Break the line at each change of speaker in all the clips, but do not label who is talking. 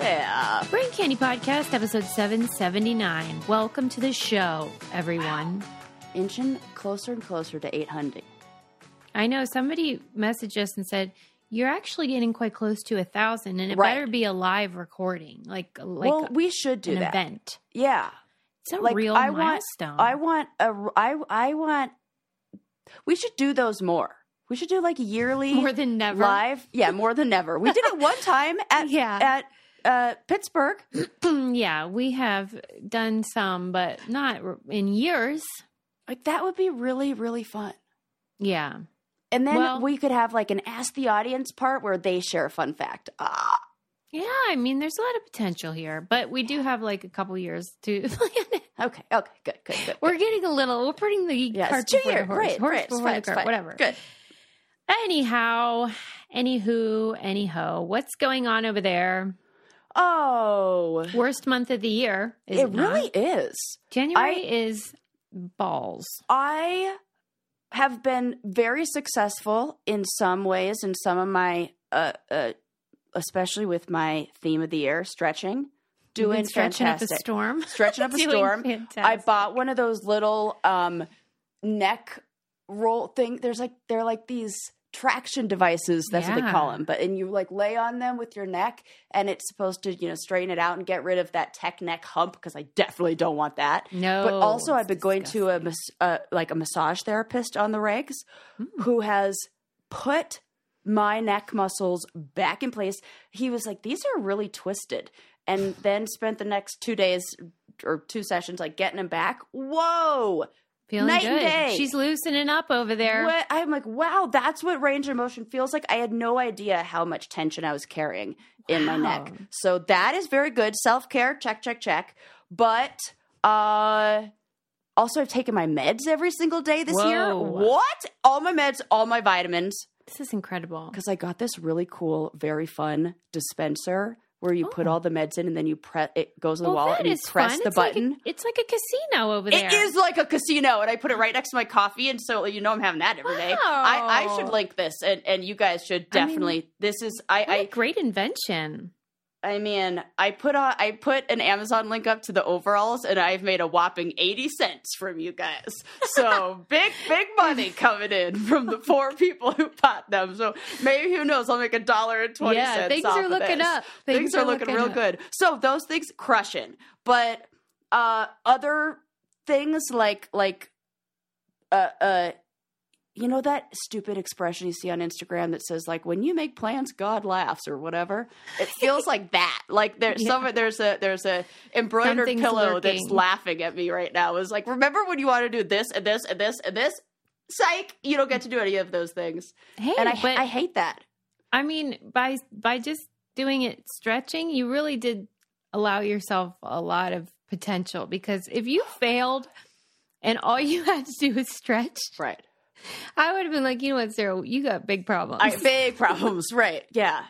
Oh,
Candy Podcast, episode 779. Welcome to the show, everyone.
Inching closer and closer to 800.
I know somebody messaged us and said, You're actually getting quite close to a thousand, and it
Right.
better be a live recording, like, uh, like
well, we should do
an
that.
event. Um,
Yeah.
It's a real milestone.
want I want a r- I I want we should do those more. We should do like yearly
more than never.
live. Yeah, more than ever. We did it one time at
Yeah.
at uh, Pittsburgh.
yeah, we have done some, but not r- in years.
Like that would be really really fun.
Yeah.
And then
Well-
we could have like an ask the audience part where they share a fun fact. Ah,
Yeah, I mean, there's a lot of potential here, but we do have like a couple years to plan it.
okay, okay, good, good, good.
We're getting a little. We're putting the
yes,
cart
two
before
years,
the horse.
right,
horse
right, it's
before
fine,
the
it's
cart,
fine.
whatever.
Good.
Anyhow, anywho, anyhow, what's going on over there?
Oh,
Worst month of the year. Is
it,
it, not?
really is.
January is balls.
I have been very successful in some ways in some of my uh, uh especially with my theme of the year stretching
You've been
doing
stretching up a
fantastic
storm.
stretching up a
Doing
storm
Fantastic.
i bought one of those little um neck roll thing there's like they're like these traction devices that's what they call
Yeah.
them but and you like lay on them with your neck and it's supposed to you know straighten it out and get rid of that tech neck hump because i definitely don't want that
No,
but also I've been
it's
going to a
disgusting. Hmm.
mas- uh, like a massage therapist on the regs who has put my neck muscles back in place. He was like, "These are really twisted," and then spent the next two days or two sessions like getting them back. Whoa!
feeling
night
good.
and day.
She's loosening up over there.
What? I'm like, wow, that's what range of motion feels like. I had no idea how much tension I was carrying in my neck.
Wow.
So that is very good. Self care, check, check, check. But uh also I've taken my meds every single day this year.
Whoa.
What? All my meds, all my vitamins.
This is incredible.
Because I got this really cool, very fun dispenser where you put
Oh.
all the meds in and then you press it goes in the
Well,
wallet
that
and you
is
press
fun.
the
it's
button.
Like a, it's like a casino over there.
It is like a casino, and I put it right next to my coffee, and so you know I'm having that every day. I, I
Wow.
should link this, and, and you guys should
Oh. I mean,
definitely. this is
What a
I,
great invention.
I I mean I put on I put an Amazon link up to the overalls, and I've made a whopping eighty cents from you guys. So big big money coming in from the four people who bought them. So maybe who knows? I'll make a dollar and twenty
yeah,
cents
things
off
are
of
looking
this
up.
things, are, looking, real
up.
good. So those things crushing. But uh other things like like uh uh you know that stupid expression you see on Instagram that says like when you make plans God laughs or whatever. It feels like that. Like there's
Yeah.
some there's a there's a embroidered
Something's
pillow that's
lurking.
laughing at me right now. Is like remember when you want to do this and this and this and this? Psych! You don't get to do any of those things,
Hey,
and I
but
I hate that.
I mean, by by just doing it stretching, you really did allow yourself a lot of potential because if you failed and all you had to do was stretch,
Right.
I would have been like, you know what, Sarah, you got big problems.
I, big problems, right? Yeah,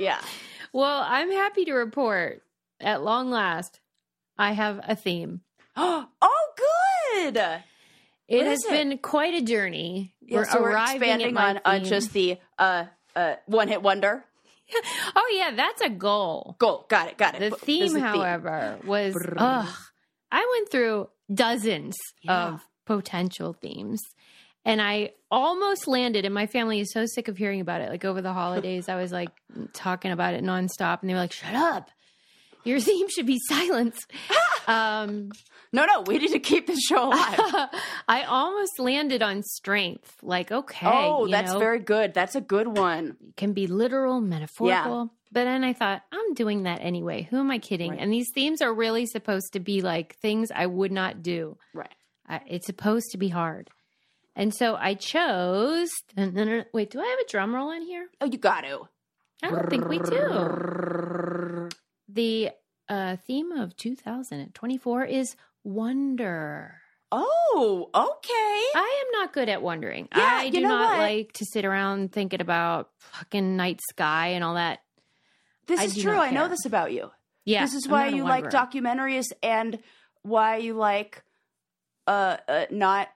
yeah.
well, I'm happy to report at long last, I have a theme.
oh, good.
It
What
has
is it?
been quite a journey.
Yeah, so we're
arriving at
expanding
my
on, on
theme.
just the uh, uh, one hit wonder.
Oh yeah, that's a goal.
Goal. Got it. Got it.
The
This is
theme, however, was
Brrr.
ugh, I went through dozens
Yeah.
of potential themes. And I almost landed, and my family is so sick of hearing about it. Like over the holidays, I was like talking about it nonstop, and they were like, "Shut up! Your theme should be silence." um,
No, no. We need to keep the show alive.
I almost landed on strength. Like, okay,
oh,
you
that's
know,
very good. That's a good one.
can be literal, metaphorical. But then I thought, I'm doing that anyway. Who am I kidding?
Right.
And these themes are really supposed to be like things I would not do.
Right.
I, it's supposed to be hard. And so I chose. and then- Wait, do I have a drum roll in here?
Oh, you got to.
I don't think we do. The uh, theme of 2024 is wonder.
Oh, okay.
I am not good at wondering.
Yeah,
I
you
do
know
not
what?
like to sit around thinking about fucking night sky and all that.
This
I
is
do
true.
not
I know
care.
this about you.
Yeah,
this is
I'm
why
not a
you like
wanderer.
documentaries and why you like uh, uh not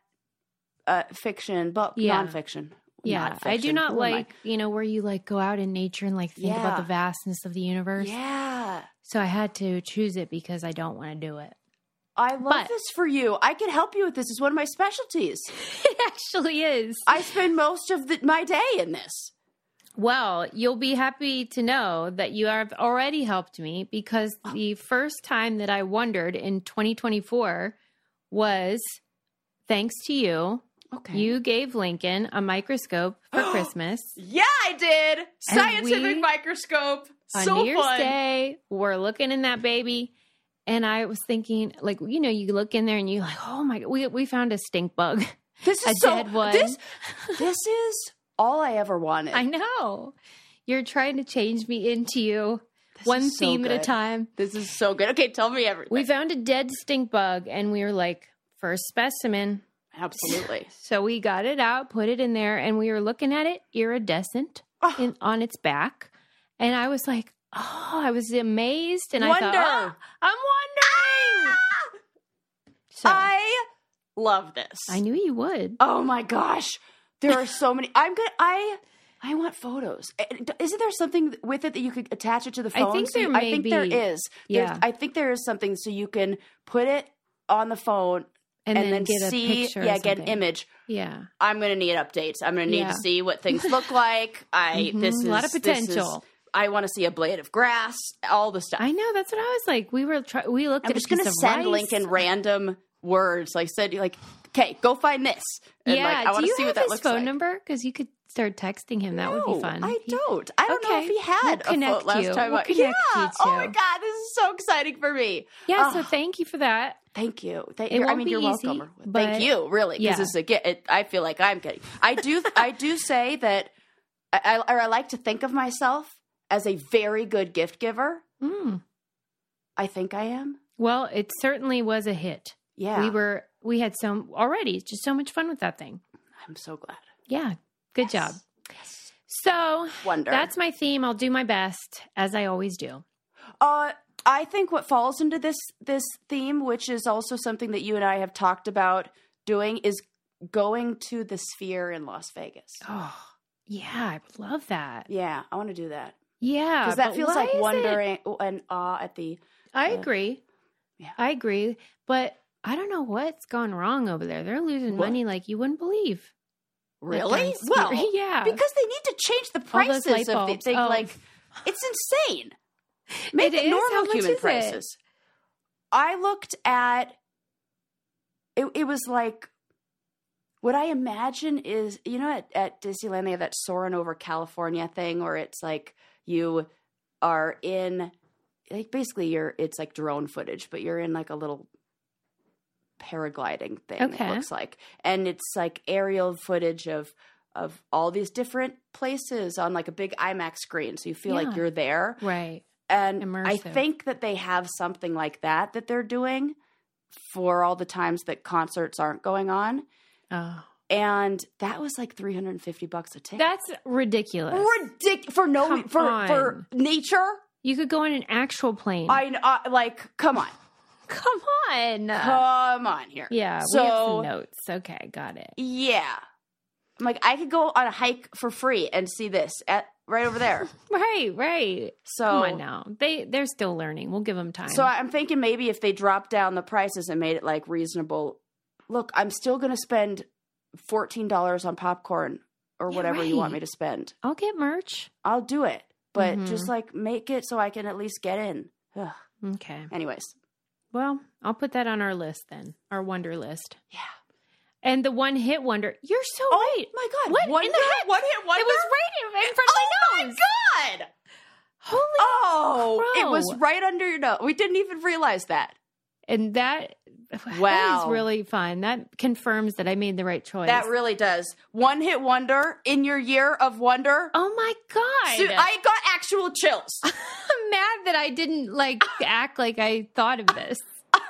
uh fiction but
Yeah.
nonfiction
Yeah, I do
fiction.
not
Who am I?
like you know where you like go out in nature and like think about the
Yeah.
vastness of the universe.
Yeah.
So I had to choose it because I don't want to do it.
I love
But-
this for you. I can help you with this. It's one of my specialties.
It actually is.
I spend most of the, my day in this.
Well, you'll be happy to know that you have already helped me because the first time that I wondered in 2024 was thanks to you.
Okay.
You gave Lincoln a microscope for Christmas.
Yeah, I did. Scientific
we-
microscope.
on
So
New Year's
fun.
Day, we're looking in that baby. And I was thinking, like, you know, you look in there and you're like, oh my God, we, we found a stink bug.
This is
a
so
dead one.
this this is all I ever wanted.
I know. You're trying to change me into you,
This
one
is so
theme at a
good.
time.
This is so good. Okay, tell me everything.
We found a dead stink bug and we were like, first specimen.
Absolutely.
So we got it out, put it in there, and we were looking at it iridescent
Oh.
in, on its back. And I was like, oh, I was amazed. And I
Wonder. Ah!
thought, oh, I'm wondering. So I,
I love this.
knew you would.
Oh my gosh. There are so many. I'm gonna. I I want photos. Uh, Isn't there something with it that you could attach it to the
I
phone?
think
so you-
there may
I think there
be.
is. There's-
Yeah.
I think there is something so you can put it on the phone
And,
and,
then, get a
see.
picture. or
yeah, get an
something.
image.
Yeah.
I'm gonna need updates. I'm gonna need
Yeah.
to see what things look like. I
Mhm.
this is
a lot of
this is-
potential.
I want to see a blade of grass. All the stuff.
I know. That's what I was like. We were try- we looked
I'm
at
just
a piece
gonna
of
send
rice.
Lincoln random words. Like said, like okay, go find this. And
yeah.
like, I
Do
want to
you
see
have
what that
his
looks
phone
like.
number? Because you could start texting him. That would be
No,
fun.
I
He-
don't. I don't know
Okay.
if he had
We'll
a
connect
vote last
you.
time.
We'll
I-
connect
yeah.
you
Oh my
two.
god, this is so exciting for me.
Yeah.
Ah.
so thank you for that.
Thank you. Thank
It
you. I
won't
mean,
be
you're
easy,
welcome.
but-
Thank you, really, because
Yeah.
it's a get. It, I feel like I'm getting. I do. I do say that. I, I, or I like to think of myself as a very good gift giver.
Mm.
I think I am.
Well, it certainly was a hit.
Yeah,
We were we had so already just so much fun with that thing.
I'm so glad.
Yeah. Good
Yes.
job. So
Wonder.
that's my theme. I'll do my best as I always do.
Uh, I think what falls into this this theme, which is also something that you and I have talked about doing, is going to the Sphere in Las Vegas.
Oh, yeah, I would love that.
Yeah, I want to do that
Yeah,
because that
but
feels
why
like
is it-
wondering and awe at the.
I
uh,
agree.
yeah.
I agree, but I don't know what's gone wrong over there. They're losing
What?
money like you wouldn't believe. That
Really?
darn
Well,
spirit- yeah.
because they need to change the
All those
prices
light
of the
bulbs.
thing.
Oh.
Like it's insane. Make
It
it,
is?
normal
How much
human
is it?
prices. I looked at it. It was like what I imagine is you know at, at Disneyland they have that soaring over California thing where it's like you are in like basically you're it's like drone footage but you're in like a little paragliding thing it
Okay.
looks like and it's like aerial footage of of all these different places on like a big IMAX screen so you feel
Yeah.
like you're there
right.
and I
Immersive.
think that they have something like that that they're doing for all the times that concerts aren't going on
Oh,
and that was like 350 bucks a ticket
that's ridiculous.
ridiculous for no
Come
for
on.
for nature
You could go on an actual plane.
I, I like come on
Come on.
come on here
yeah, we
so
have some notes. Okay, got it.
yeah I'm like I could go on a hike for free and see this at right over there
Right, right.
so
Come on now. They they're still learning. We'll give them time.
so I'm thinking maybe if they dropped down the prices and made it like reasonable look I'm still gonna spend fourteen dollars on popcorn or
Yeah,
whatever you want
right.
me to spend
I'll get merch.
I'll do it but
Mhm.
just like make it so I can at least get in Ugh.
Okay.
anyways
Well, I'll put that on our list then, our wonder list.
yeah
And the one hit wonder. You're so
Oh
right.
my god!
What in
Wonder-
the heck?
One hit wonder.
It was right in in front
oh
of my
my
nose.
god!
Holy.
Oh,
crow.
it was right under your nose. We didn't even realize that.
And that, that
Wow.
is really fun. That confirms that I made the right choice.
That really does. One hit wonder in your year of wonder.
oh my God.
So- I got actual chills.
I'm mad that I didn't like act like I thought of this.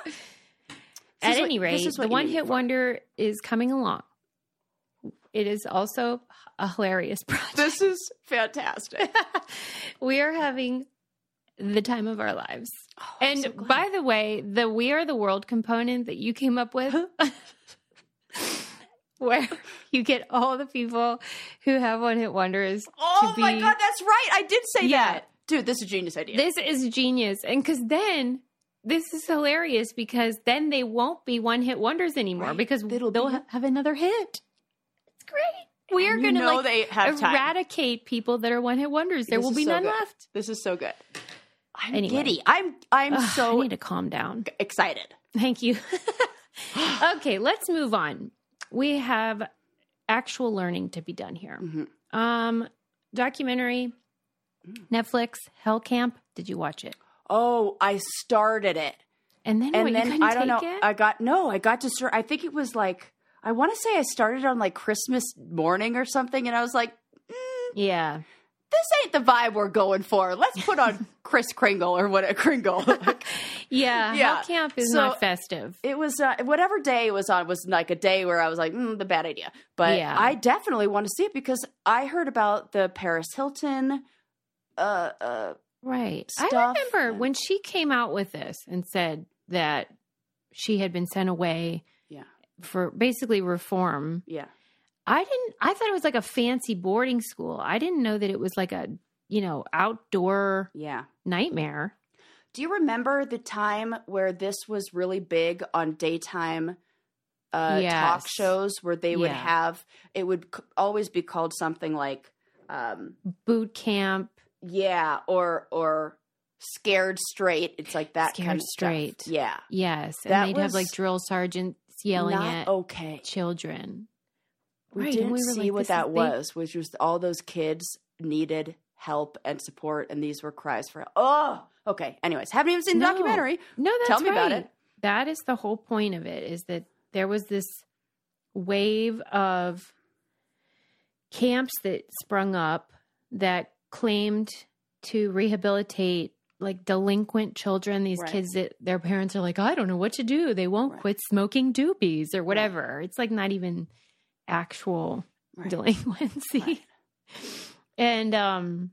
This
At
is what-
any
this
rate,
is what
the
you
one
need
hit
for.
wonder is coming along. It is also a hilarious project.
This is fantastic.
we are having the time of our lives.
Oh, I'm
And
so glad.
by the way, the We Are the World component that you came up with where you get all the people who have one hit wonders.
Oh
to
my
be-
god, that's right. I did say
Yeah.
that. Dude, this is a genius idea.
This is genius. And because then this is hilarious because then they won't be one hit wonders anymore
Right.
because
It'll
they'll
be-
ha- have another hit. It's great. We are
You
going to
know
like
they have time.
eradicate people that are one hit wonders. There
This
will
is
be
so
none
good.
left.
This is so good. I'm
Anyway.
giddy. I'm I'm
Ugh, I
so
need to calm down.
excited.
Thank you. okay, let's move on. We have actual learning to be done here.
Mhm.
Um, documentary,
Mm.
Netflix, Hell Camp. Did you watch it?
Oh, I started it.
And then,
and
what, you
then
couldn't
I don't know.
take it?
I got no. I got to. Sur- I think it was like I want to say I started on like Christmas morning or something, and I was like, mm,
yeah.
"This ain't the vibe we're going for. Let's put on Chris Kringle or what a Kringle."
Yeah,
Yeah.
Hell Camp is
So-
not festive.
it was uh, whatever day it was on was like a day where I was like, mm, "The bad idea," but
Yeah.
I definitely want to see it because I heard about the Paris Hilton. Uh, uh,
Right. I
stuff
remember
and-
when she came out with this and said that she had been sent away
Yeah.
for basically reform.
yeah,
I didn't I thought it was like a fancy boarding school. I didn't know that it was like a, you know, outdoor
yeah.
nightmare.
Do you remember the time where this was really big on daytime uh, talk
Yes.
shows where they would
Yeah.
have it would c- always be called something like um,
Boot camp,
yeah or or scared straight. It's like that
Scared
kind of stuff.
Straight.
Yeah,
yes. And
That
they'd have like
was
drill sergeants yelling
not
at
okay.
children.
We
Right, and
didn't
we were
see
like,
what
this is
that
big-
was, which was all those kids needed help and support, and these were cries for oh. Okay. Anyways, haven't even seen the
No.
documentary.
No, that's
Tell me
right.
about it.
That is the whole point of it is that there was this wave of camps that sprung up that claimed to rehabilitate like delinquent children, these
Right.
kids that their parents are like, I don't know what to do. They won't
Right.
quit smoking doobies or whatever. It's like not even actual
Right.
delinquency.
Right.
And um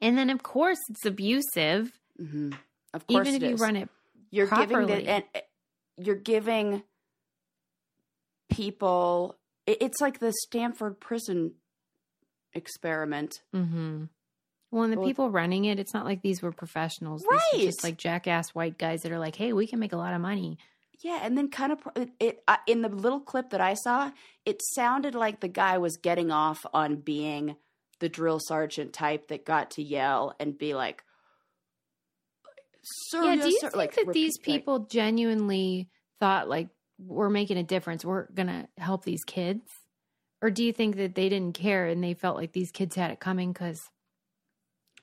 and then of course it's abusive.
Mhm. Of course,
Even if
it
you
is.
run it
you're giving
properly.
the, and uh, you're giving people it- it's like the Stanford prison experiment
Mm-hmm. Well, and the
Well, it-
people running it, it's not like these were professionals. These were just
Right.
like jackass white guys that are like, hey, we can make a lot of money.
yeah and then kind of pro- it, it I in the little clip that i saw it sounded like the guy was getting off on being the drill sergeant type that got to yell and be like sir
yeah,
yes,
do you
sir,"
think
Oh, like,
that these
repeat, like-
people genuinely thought like we're making a difference, we're gonna help these kids? Or do you think that they didn't care and they felt like these kids had it coming because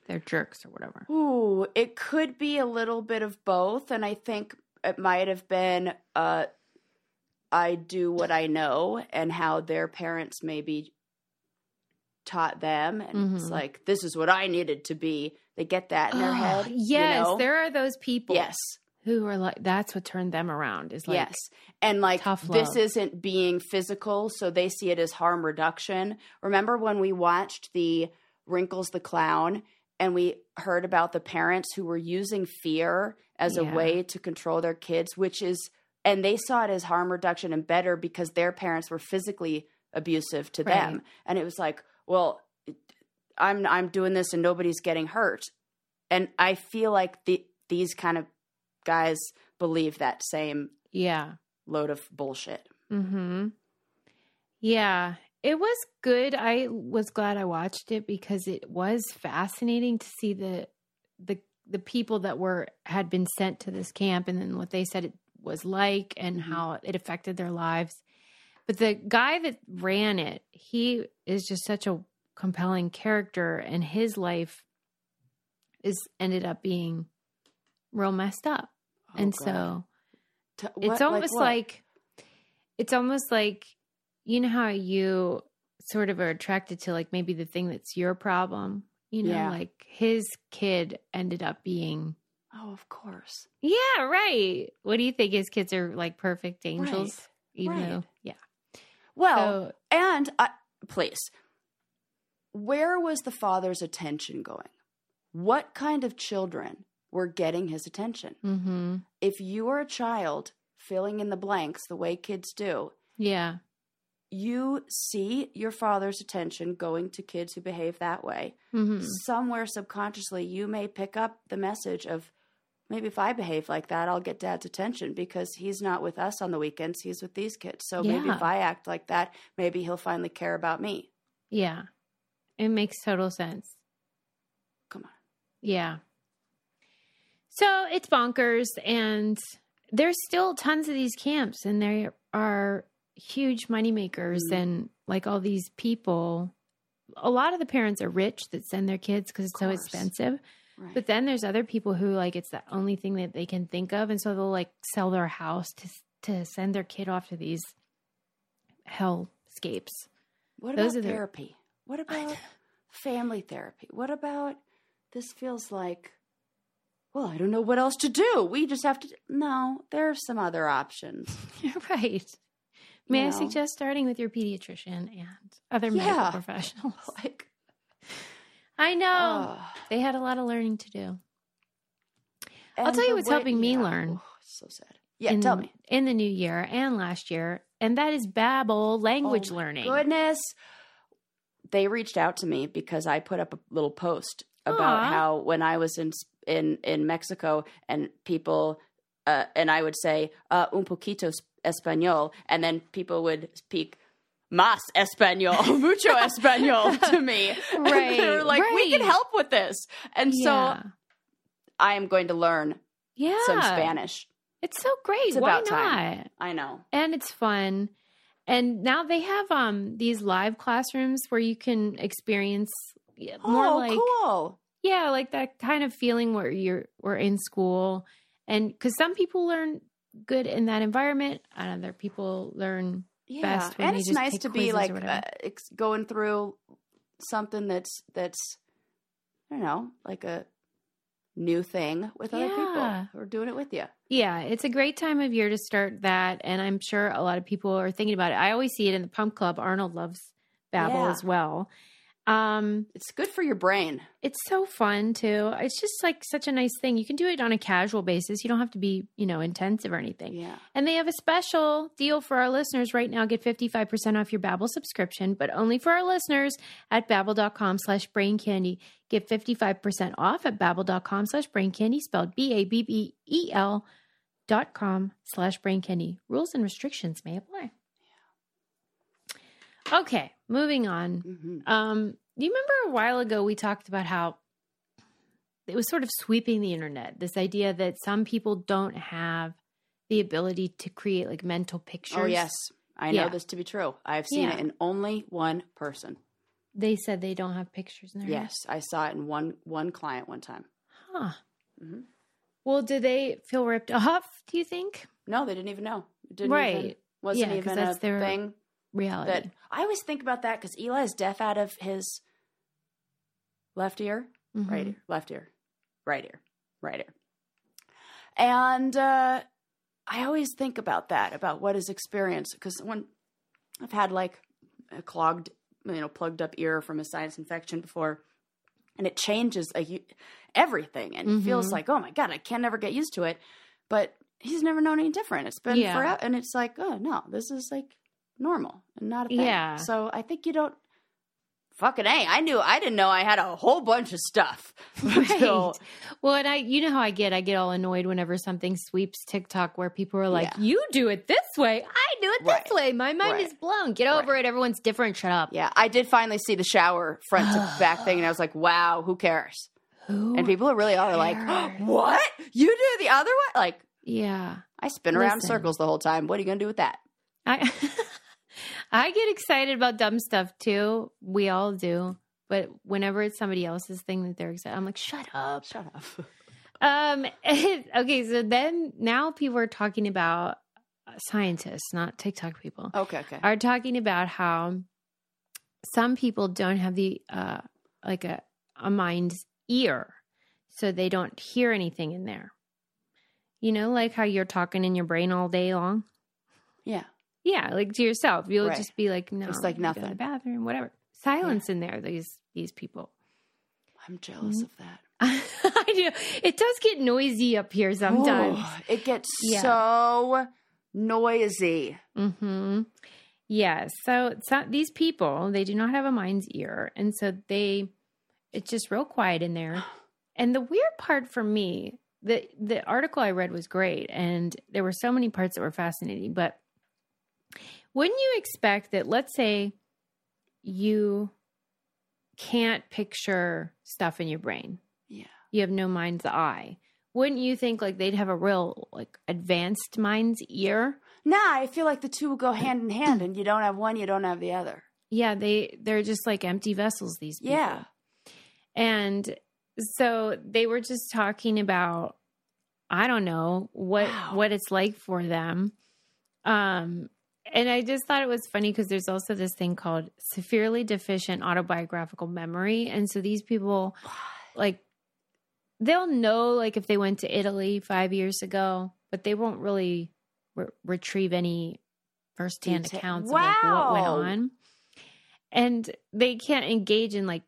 they're jerks or whatever?
Ooh, it could be a little bit of both, and I think it might have been uh, I do what I know, and how their parents maybe taught them, and it's
Mhm.
like this is what I needed to be. They get that in their
Ah,
head, you
Yes,
know?
there are those people
yes,
who are like that's what turned them around is like
yes, and like
tough
this
love.
isn't being physical, so they see it as harm reduction. Remember when we watched the Wrinkles the Clown and we heard about the parents who were using fear as
Yeah.
a way to control their kids, which is, and they saw it as harm reduction and better because their parents were physically abusive to them,
Right.
and it was like, well, it- I'm I'm doing this and nobody's getting hurt, and I feel like the these kind of guys believe that same
Yeah.
load of bullshit.
Hmm. Yeah, it was good. I was glad I watched it because it was fascinating to see the the the people that were had been sent to this camp and then what they said it was like and
Mhm.
how it affected their lives. But the guy that ran it, he is just such a compelling character, and his life is ended up being real messed up,
Oh,
and
God.
so
T- what-
it's almost
what?
like, it's almost like you know how you sort of are attracted to like maybe the thing that's your problem you know
Yeah.
like his kid ended up being
oh, of course,
yeah right what do you think his kids are like perfect angels
Right.
even
right. Oh.
though yeah
Well,
so
and I, please, where was the father's attention going? What kind of children were getting his attention?
mm-hmm.
If you are a child filling in the blanks the way kids do,
yeah
you see your father's attention going to kids who behave that way.
Mhm.
Somewhere subconsciously, you may pick up the message of maybe if I behave like that, I'll get dad's attention because he's not with us on the weekends, he's with these kids. So maybe
Yeah.
if I act like that, maybe he'll finally care about me.
Yeah. It makes total sense.
Come on.
Yeah. So it's bonkers. And there's still tons of these camps, and there are huge moneymakers
Mhm.
and like all these people. A lot of the parents are rich that send their kids because it's so
course.
expensive.
Right.
But then there's other people who like it's the only thing that they can think of, and so they'll like sell their house to to send their kid off to these hellscapes.
What
Those
about
are the-
therapy? What
I
about family therapy? What about this feels like well, I don't know what else to do. We just have to No, there are some other options.
You're right. May
you
I
know?
suggest starting with your pediatrician and other medical
Yeah.
professionals?
like
I know
oh.
they had a lot of learning to do I'll tell you what's helping me learn.
Oh, so sad. Yeah,
in,
tell me.
in the new year and last year, and that is Babbel language
Oh my
learning.
Goodness. They reached out to me because I put up a little post about
Aw.
how when I was in in in Mexico and people uh, and I would say uh, un poquito es- español and then people would speak más español, mucho español to me. And they were
Right,
like, we can
right.
help with this. And
yeah.
so I am going to learn
yeah,
some Spanish.
It's so great.
It's
Why
about
not?
time. I know.
and it's fun. And now they have um these live classrooms where you can experience yeah, more
oh,
like
cool.
yeah, like that kind of feeling where you're we're in school, and because some people learn good in that environment, and other people learn
yeah.
best when
and
they
it's
just
nice
take
to
quizzes
be
or
like
whatever.
uh, ex- going through something that's that's i don't know like a new thing with other
Yeah.
people who are doing it with you
Yeah, it's a great time of year to start that. And I'm sure a lot of people are thinking about it. I always see it in the pump club. Arnold loves Babbel
Yeah.
as well. Um,
it's good for your brain
it's so fun too. It's just like such a nice thing. You can do it on a casual basis. You don't have to be, you know, intensive or anything.
yeah
And they have a special deal for our listeners right now. Get 55% off your Babbel subscription, but only for our listeners at babbel.com slash brain candy. Get 55% off at babbel.com slash brain candy, spelled B-A-B-B-E-L E dot com slash brain candy. Rules and restrictions may apply. Okay, moving on.
hmm
Um, you remember a while ago we talked about how it was sort of sweeping the internet, this idea that some people don't have the ability to create like mental pictures.
oh yes i know
Yeah.
this to be true i've seen
Yeah.
it in only one person
They said they don't have pictures in their head.
yes i saw it in one one client one time
Huh.
Mhm.
Well, do they feel ripped off, do you think?
no they didn't even know It didn't
Right.
even, wasn't
Yeah, 'cause
even
that's
a
their
thing
Reality.
that i always think about that because eli is deaf out of his left ear
Mhm.
right ear, left ear, right ear, right ear. And uh, I always think about that, about what is experience, because when I've had like a clogged, you know, plugged up ear from a sinus infection before, and it changes a, hu- everything, and it feels
Mhm.
like, oh my god, I can never get used to it. But he's never known any different. It's been
Yeah.
forever, and it's like, oh no, this is like normal and not a thing.
Yeah.
So I think you don't fucking a i knew i didn't know i had a whole bunch of stuff until
Right. Well, and I, you know how I get. I get all annoyed whenever something sweeps TikTok where people are like,
Yeah.
"You do it this way, I do it
Right.
this way. My mind
Right.
is blown. Get over
Right.
it. Everyone's different. Shut up."
yeah i did finally see the shower front to back thing and i was like wow who cares
Who?
and people really are like "Oh,
cares?
what you do the other one like
yeah,
i spin around
Listen.
circles the whole time what are you gonna do with that
I, I get excited about dumb stuff too. We all do. But whenever it's somebody else's thing that they're excited, I'm like, "Shut up."
shut up
Um. okay. So then now people are talking about uh, scientists, not TikTok people.
okay okay
are talking about how some people don't have the uh like a a mind's ear so they don't hear anything in there you know like how you're talking in your brain all day long
yeah
yeah like to yourself you'll
Right.
just be like no
It's like
you go to the
nothing.
bathroom whatever silence in there these these people
i'm jealous of that
i do it does get noisy up
Oh.
here sometimes
Ooh, it gets
Yeah.
so noisy
hmm Yeah. So, so these people, they do not have a mind's ear. And so they, it's just real quiet in there. And the weird part for me, the, the article I read was great. And there were so many parts that were fascinating. But wouldn't you expect that, let's say you can't picture stuff in your brain?
Yeah.
You have no mind's eye. Wouldn't you think like they'd have a real like advanced mind's ear?
Nah, I feel like the two go hand in hand, and you don't have one, you don't have the other.
Yeah, they they're just like empty vessels. These people.
Yeah.
and so they were just talking about I don't know what
Wow.
what it's like for them. Um, and I just thought it was funny because there's also this thing called severely deficient autobiographical memory, and so these people like they'll know like if they went to Italy five years ago, but they won't really re- retrieve any firsthand
Detail.
accounts of like, what went
Wow.
on, and they can't engage in like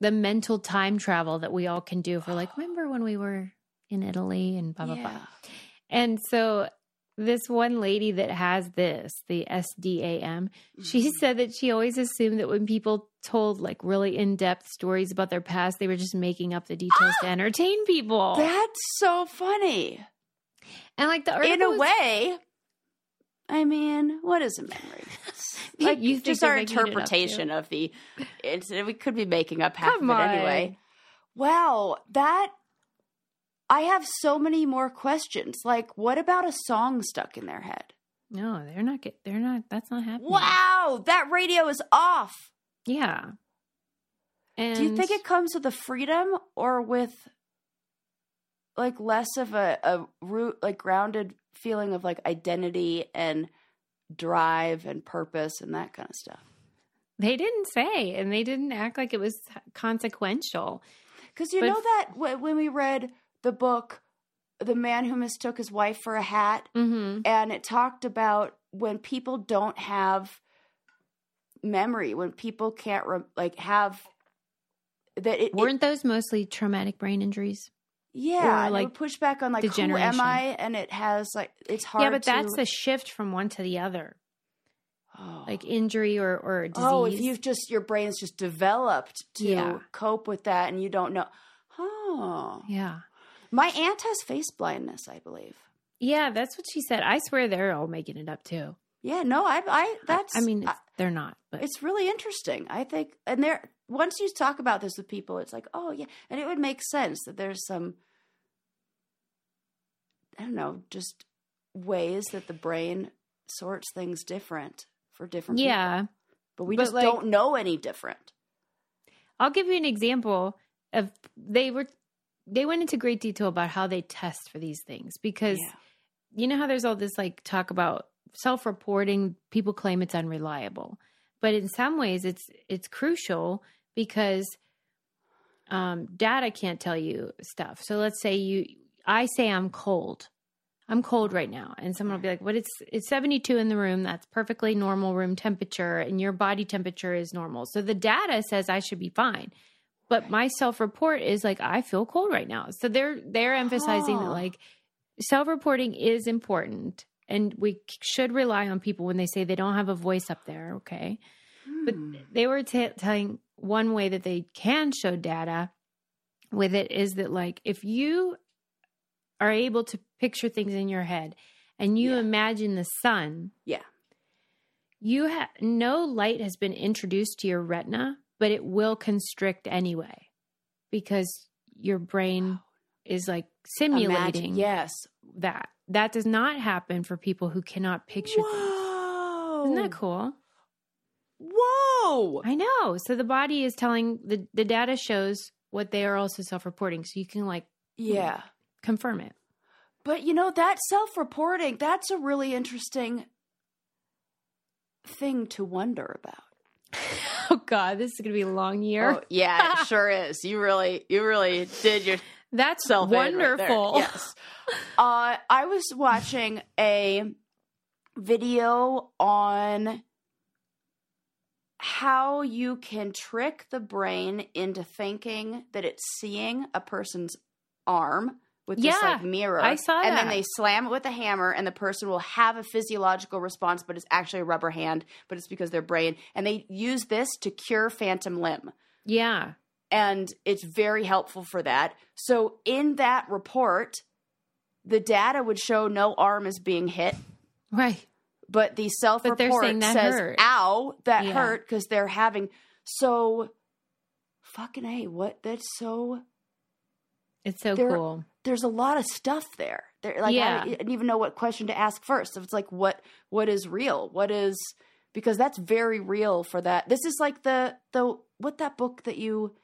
the mental time travel that we all can do. If we're like, remember when we were in Italy and blah blah blah. And so this one lady that has this, the SDAM, she
Mm-hmm.
said that she always assumed that when people told like really in-depth stories about their past, they were just making up the details to entertain people.
That's so funny.
and like the article
In a
was-
way, I mean, what is a memory? like
You
you
think
just
they're
our
making it up,
interpretation of the incident. We could be making up half
Come
of it
on.
anyway. Wow, that I have so many more questions. Like, what about a song stuck in their head?
No, they're not get they're not that's not happening.
Wow, that radio is off.
Yeah. And
Do you think it comes with the freedom or with like less of a, a root like grounded feeling of like identity and drive and purpose and that kind of stuff?
they didn't say and they didn't act like it was consequential.
Because you
But-
know that wh- when we read the book, The Man Who Mistook His Wife for a Hat,
Mm-hmm.
and it talked about when people don't have memory, when people can't re- like have that it, it
Weren't those mostly traumatic brain injuries?
yeah,
or,
and it
like,
would push back on like who am
degeneration?
I, and it has like it's hard.
yeah, but that's
to,
the shift from one to the other.
oh.
like injury or or disease.
oh, if you've just your brain's just developed to
Yeah.
cope with that, and you don't know. Oh,
yeah,
my aunt has face blindness, I believe.
yeah, that's what she said. I swear they're all making it up too.
Yeah, no, I, I,
I-
that's.
I mean,
I-
it's, they're not, but
it's really interesting. I think, and there, once you talk about this with people, it's like, oh yeah, and it would make sense that there's some, I don't know, just ways that the brain sorts things different for different. people.
yeah.
but we
but,
just
like-
don't know any different.
I'll give you an example of they were they went into great detail about how they test for these things because
Yeah.
you know how there's all this like talk about self-reporting people claim it's unreliable but in some ways it's it's crucial because um, data can't tell you stuff so let's say you i say i'm cold i'm cold right now and someone will be like what it's it's 72 in the room that's perfectly normal room temperature and your body temperature is normal so the data says i should be fine but my self-report is like i feel cold right now so they're they're emphasizing that
Huh.
like self-reporting is important and we c- should rely on people when they say they don't have a voice up there okay but
Hmm.
they were t- telling one way that they can show data with it is that like if you are able to picture things in your head and you
Yeah.
imagine the sun
Yeah.
you have no light has been introduced to your retina but it will constrict anyway because your brain is like simulating
Imagine- yes.
that. That does not happen for people who cannot picture things.
Whoa.
Isn't that cool?
Whoa.
I know. So the body is telling the the data shows what they are also self reporting, so you can like
yeah.
confirm it.
But you know, that self reporting, that's a really interesting thing to wonder about.
Oh God, this is gonna be a long year.
Oh, yeah, it sure is. You really, you really did yourself
That's
in right there.
wonderful.
yes. Uh, I was watching a video on how you can trick the brain into thinking that it's seeing a person's arm with this
Yeah,
like mirror.
I saw
And then
that.
they slam it with a hammer, and the person will have a physiological response, but it's actually a rubber hand, but it's because their brain. And they use this to cure phantom limb.
Yeah.
And it's very helpful for that. So in that report, the data would show no arm is being hit,
Right.
but the self
But they're saying
report
that
says,
hurt.
ow, that
Yeah.
hurt, because they're having. So fucking A, what? That's so.
It's so
They're-
cool.
there's a lot of stuff there. There, like
Yeah.
I don't- I didn't even know what question to ask first. If it's like what what is real, what is because that's very real for that. This is like the the what that book that you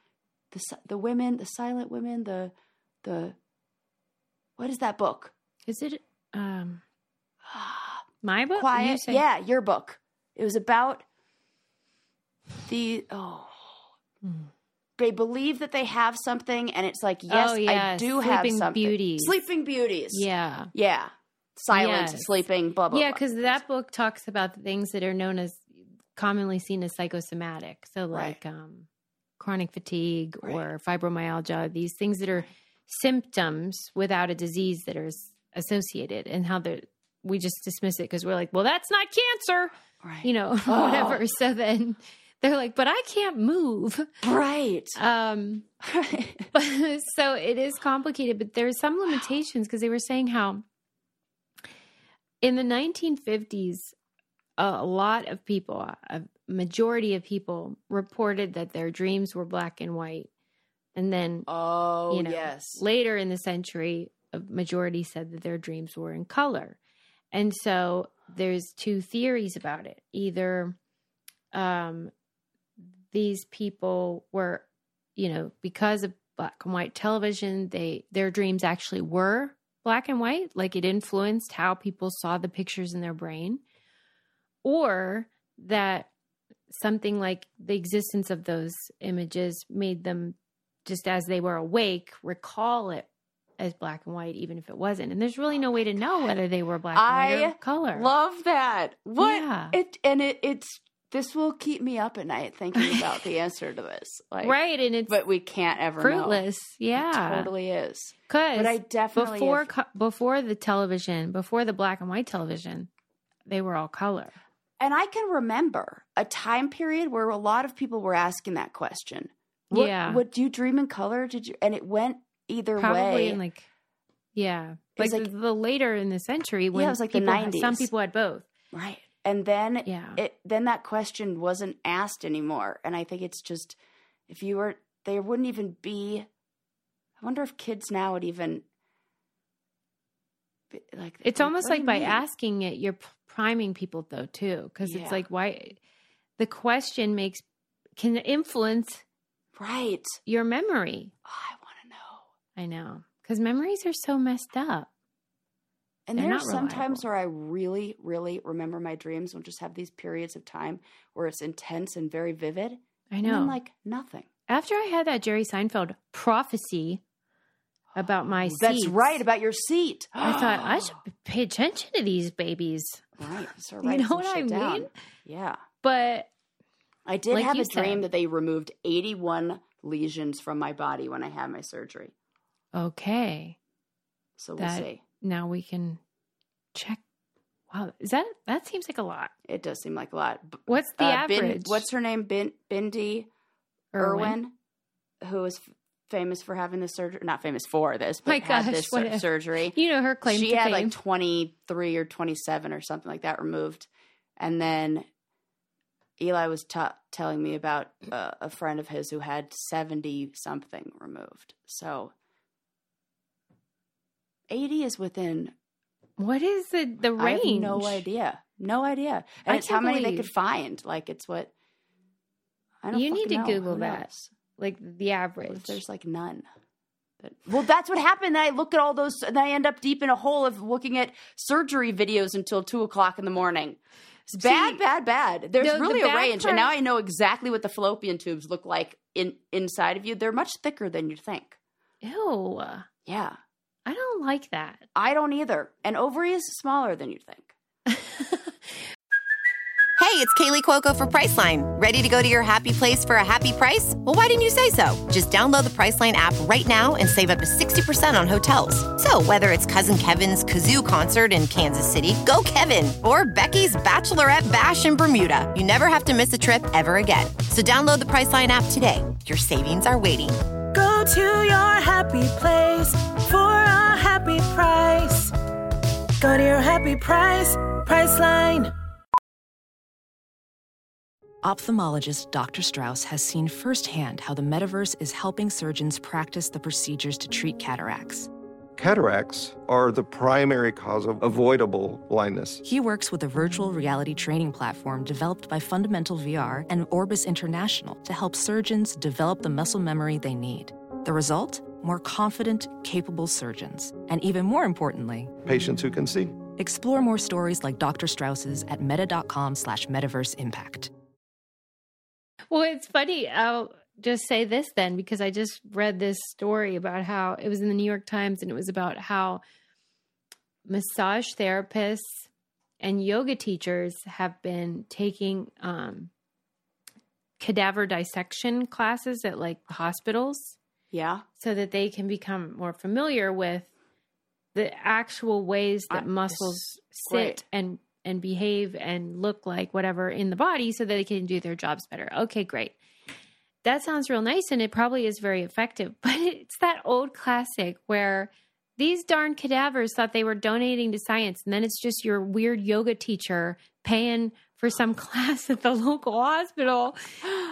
the si- the women the silent women the the what is that book?
Is it um my book? You
Quiet,
say-
yeah, your book. It was about the oh
Mm.
they believe that they have something, and it's like yes,
Oh,
I
yeah,
do have
Sleeping
something.
Beauties.
Sleeping Beauties,
Yeah.
Yeah. Silent,
Yes.
sleeping, blah, blah,
yeah,
blah.
because that book talks about the things that are known as commonly seen as psychosomatic. So,
Right.
like um, chronic fatigue
Right.
or fibromyalgia, these things that are symptoms without a disease that is associated, and how they're, we just dismiss it because we're like, well, that's not cancer,
Right.
you know,
Oh.
whatever. So then they're like, but I can't move.
right.
Um, so it is complicated, but there's some limitations because they were saying how in the 1950s, a lot of people, a majority of people, reported that their dreams were black and white. And then
oh,
You know,
yes.
later in the century, a majority said that their dreams were in color. And so there's two theories about it. Either um, these people were, you know, because of black and white television, they their dreams actually were black and white, like it influenced how people saw the pictures in their brain, or that something like the existence of those images made them just as they were awake recall it as black and white even if it wasn't and there's really no way to know whether they were black and white
I
or color
Love that. What?
Yeah.
It And it, it's, this will keep me up at night thinking about the answer to this. Like,
right and it's
But we can't ever know.
fruitless
It
yeah
totally is.
because
But I definitely.
before
have-
co- before the television before the black and white television they were all color
and I can remember a time period where a lot of people were asking that question. What,
Yeah.
What do you dream in color? Did you? And it went either
probably
way.
in like yeah
was
like,
like-
the, the later in the century when
it was like the
people had- some
90s.
people had both
right. And then
yeah
it then that question wasn't asked anymore and i think it's just if you were there wouldn't even be i wonder if kids now would even be- like
It's
like,
almost
what do
like
you
by
mean?
asking it, you're p- priming people though too, because
Yeah.
it's like why the question makes can influence
right
your memory.
oh, i want to know
I know because memories are so messed up.
and
They're
there are
not
some times
reliable.
where i really really remember my dreams and just have these periods of time where it's intense and very vivid
I
and
know.
then like nothing
after I had that Jerry Seinfeld prophecy about my
that's
seeds,
right about your seat
I thought I should pay attention to these babies,
right so
You
write
know
some
what I
shit down.
mean?
yeah
but
I did
Like
have
you
a dream
said.
that they removed 81 lesions from my body when I had my surgery.
okay,
So we'll
That-
see.
now we can check. Wow, is that that seems like a lot?
It does seem like a lot. B-
What's the
uh, Bin-
average?
what's her name? Bin- Bindi Irwin, who is f- famous for having the surgery. Not famous for this, but
My
had
gosh,
this
what
sur-
a-
surgery.
You know her claim
She
to
had
fame.
like 23 or 27 or something like that removed. And then Eli was ta telling me about uh, a friend of his who had 70 something removed. So 80 is within
What is the the range?
I have no idea. No idea. And
I
it's how
can't
many they could
believe-
find. Like it's what I don't
You need
fucking
to
know.
Google
Who
that.
knows?
Like the
What
average.
if there's like none. But, well, that's what happened. I look at all those, and I end up deep in a hole of looking at surgery videos until two o'clock in the morning. It's bad,
See,
bad, bad. There's
no, the
really a
bad
range, and now
part-
I know exactly what the fallopian tubes look like in inside of you. They're much thicker than you think.
Ew.
Yeah,
I don't like that.
I don't either. An ovary is smaller than you think.
That's
Hey,
Hey, it's Kaylee Cuoco for Priceline. Ready to go to your happy place for a happy price? Well, why didn't you say so? Just download the Priceline app right now and save up to 60% on hotels. So, whether it's Cousin Kevin's Kazoo concert in Kansas City, go Kevin, or Becky's Bachelorette Bash in Bermuda, you never have to miss a trip ever again. So, download the Priceline app today. Your savings are waiting.
Go to your happy place for a happy price. Go to your happy price, Priceline.
Ophthalmologist Dr. Strauss has seen firsthand how the metaverse is helping surgeons practice the procedures to treat cataracts.
Cataracts are the primary cause of avoidable blindness.
He works with a virtual reality training platform developed by Fundamental VR and Orbis International to help surgeons develop the muscle memory they need. The result? More confident, capable surgeons. And even more importantly,
Patients who can see.
explore more stories like Dr. Strauss's at meta.com slash metaverse impact.
Well, it's funny. I'll just say this then, because I just read this story about how it was in the New York Times and it was about how massage therapists and yoga teachers have been taking um, cadaver dissection classes at like hospitals
Yeah.
so that they can become more familiar with the actual ways
I-
that muscles sit
great.
and and behave and look like whatever in the body so that they can do their jobs better. Okay, great. That sounds real nice and it probably is very effective, but it's that old classic where these darn cadavers thought they were donating to science and then it's just your weird yoga teacher paying for some class at the local hospital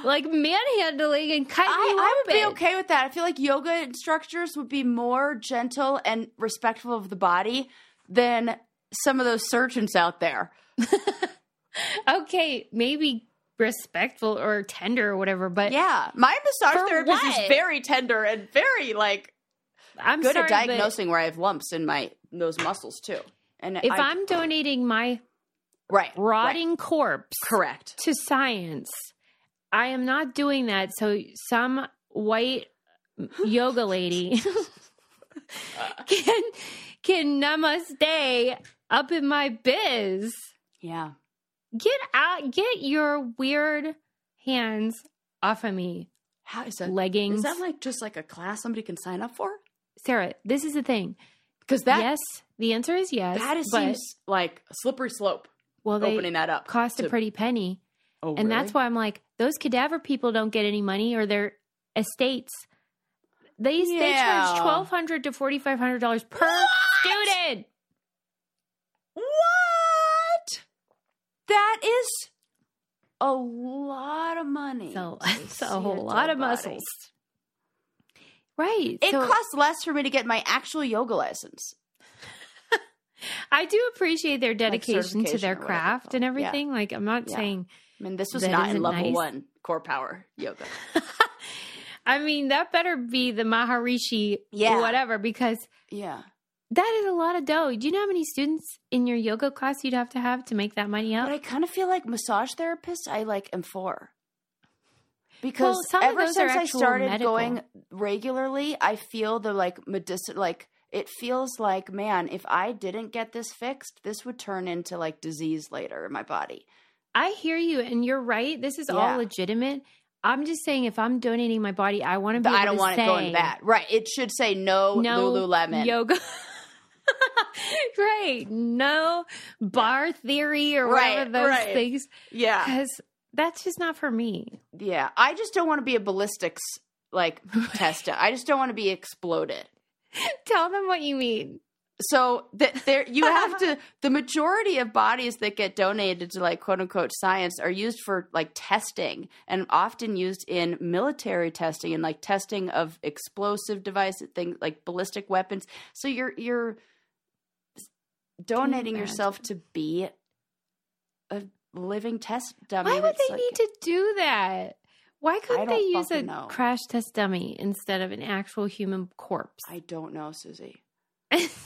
like manhandling and cutting
I,
you
I would be
open.
okay with that. I feel like yoga instructors would be more gentle and respectful of the body than some of those surgeons out there.
okay, maybe respectful or tender or whatever, but
yeah, my massage
For
therapist is
what?
very tender and very like
I'm
good
sorry,
at
but
diagnosing where I have lumps in my those muscles too. And
If
I,
I, am donating my
right
rotting
right.
corpse
correct,
to science, I am not doing that so some white yoga lady can can namaste up in my biz.
yeah,
Get out get your weird hands off of me.
how is that?
Leggings.
Is that like just like a class somebody can sign up for?
Sarah, this is the thing.
Because that
yes, the answer is yes.
that is,
but-
seems like a slippery slope.
well, they
opening that up
cost a
to-
pretty penny,
Oh,
and that's why I'm like, those cadaver people don't get any money, or their estates. They they
Yeah.
charge twelve hundred to forty five hundred dollars per student.
What? That is a lot of money.
So
to
it's
see
a whole
dead
lot of
body.
muscles, right?
It
so
costs less for me to get my actual yoga license.
I do appreciate their dedication to
certification
their
or whatever it's
craft
called.
and
Yeah.
everything. Like I'm not
Yeah.
saying
I mean, this was
That
not in
isn't
level
nice.
one core power yoga.
I mean, that better be the Maharishi,
Yeah.
whatever, because
Yeah.
that is a lot of dough. Do you know how many students in your yoga class you'd have to have to make that money
But I
up?
kind of feel like massage therapists, I like am for. Because
Well, some of
ever
those are
since I
actual
started
medical.
going regularly, I feel the like medicinal, like it feels like, man, if I didn't get this fixed, this would turn into like disease later in my body.
I, hear you, and you're right. This is
Yeah.
all legitimate. I'm just saying, if I'm donating my body, I want to be.
But I
able
don't
to
want
say,
it going bad. Right. It should say no,
No
Lululemon.
yoga. right. No bar theory or
Right,
whatever those
right. Ah.
things,
Yeah.
because that's just not for me.
Yeah. I just don't want to be a ballistics like tester. I just don't want to be exploded.
Tell them what you mean.
so that there you have to the majority of bodies that get donated to like quote unquote science are used for like testing and often used in military testing and like testing of explosive devices things like ballistic weapons so you're you're donating
imagine?
yourself to be a living test dummy
Why would
that's,
they
like-
need to do that? Why couldn't they
don't
use a
fucking know.
crash test dummy instead of an actual human corpse?
i don't know susie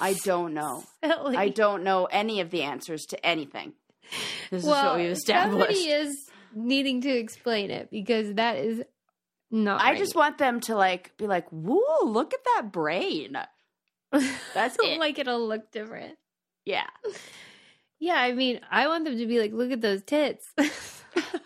i don't know
Silly.
i don't know any of the answers to anything this is what we've established
Somebody is needing to explain it because that is not.
I just
right.
want them to like be like, "Woo, look at that brain." That's it.
like it'll look different.
Yeah.
Yeah, I mean, I want them to be like, look at those tits.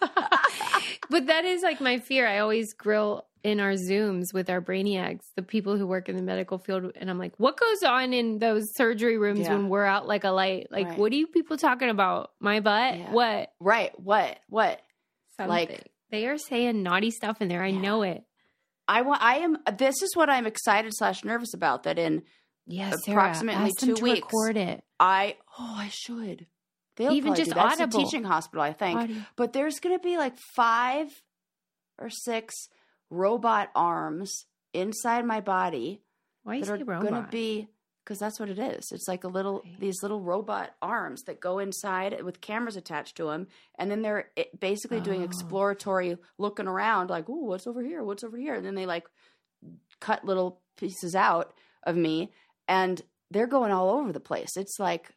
but that is like my fear. I always grill in our Zooms with our brainiacs, the people who work in the medical field. And I'm like, what goes on in those surgery rooms
Yeah.
when we're out like a light? Like,
Right.
what are you people talking about? My butt?
Yeah.
What?
Right. What? What? Like-
Something. they are saying naughty stuff in there. I
Yeah.
know it.
I want. I am. This is what I'm excited slash nervous about. That in
Yes,
Approximately
Ask them
two
to
weeks.
Record it.
I. Oh, I should. They'll
Even
probably
just
do that. It's a
Audible.
teaching hospital, I think.
Audio.
But there's going to be like five or six robot arms inside my body
Why you
that
say
are going to
robot?
be because that's what it is. It's like a little
Right.
these little robot arms that go inside with cameras attached to them, and then they're it, basically doing
Oh.
exploratory looking around, like, "Ooh, what's over here? What's over here?" And then they like cut little pieces out of me, and they're going all over the place. It's like,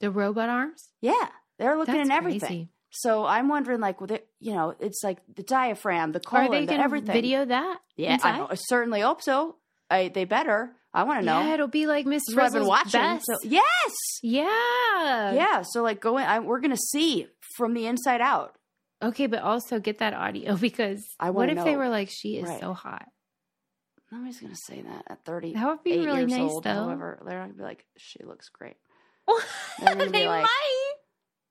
the robot arms.
yeah, they're looking
That's
in everything.
crazy.
So I'm wondering, like, with it, you know, it's like the diaphragm, the colon,
are they
the
gonna
everything.
video that?
yeah,
inside?
I, ho- I certainly hope so. I, they better. I want to know.
Yeah, it'll be like Miss
This is what I've been
Frizzle's
watching.
Best.
So yes,
yeah.
yeah. So like going, I, we're gonna see from the inside out.
Okay, but also get that audio because
I
what
wanna
if they
know.
were like, she is
Right.
so hot?
Nobody's gonna say that at thirty.
That would be
eight
really
years
nice,
old,
though.
However, they're not gonna be like, she looks great. They're
they
gonna be like,
might.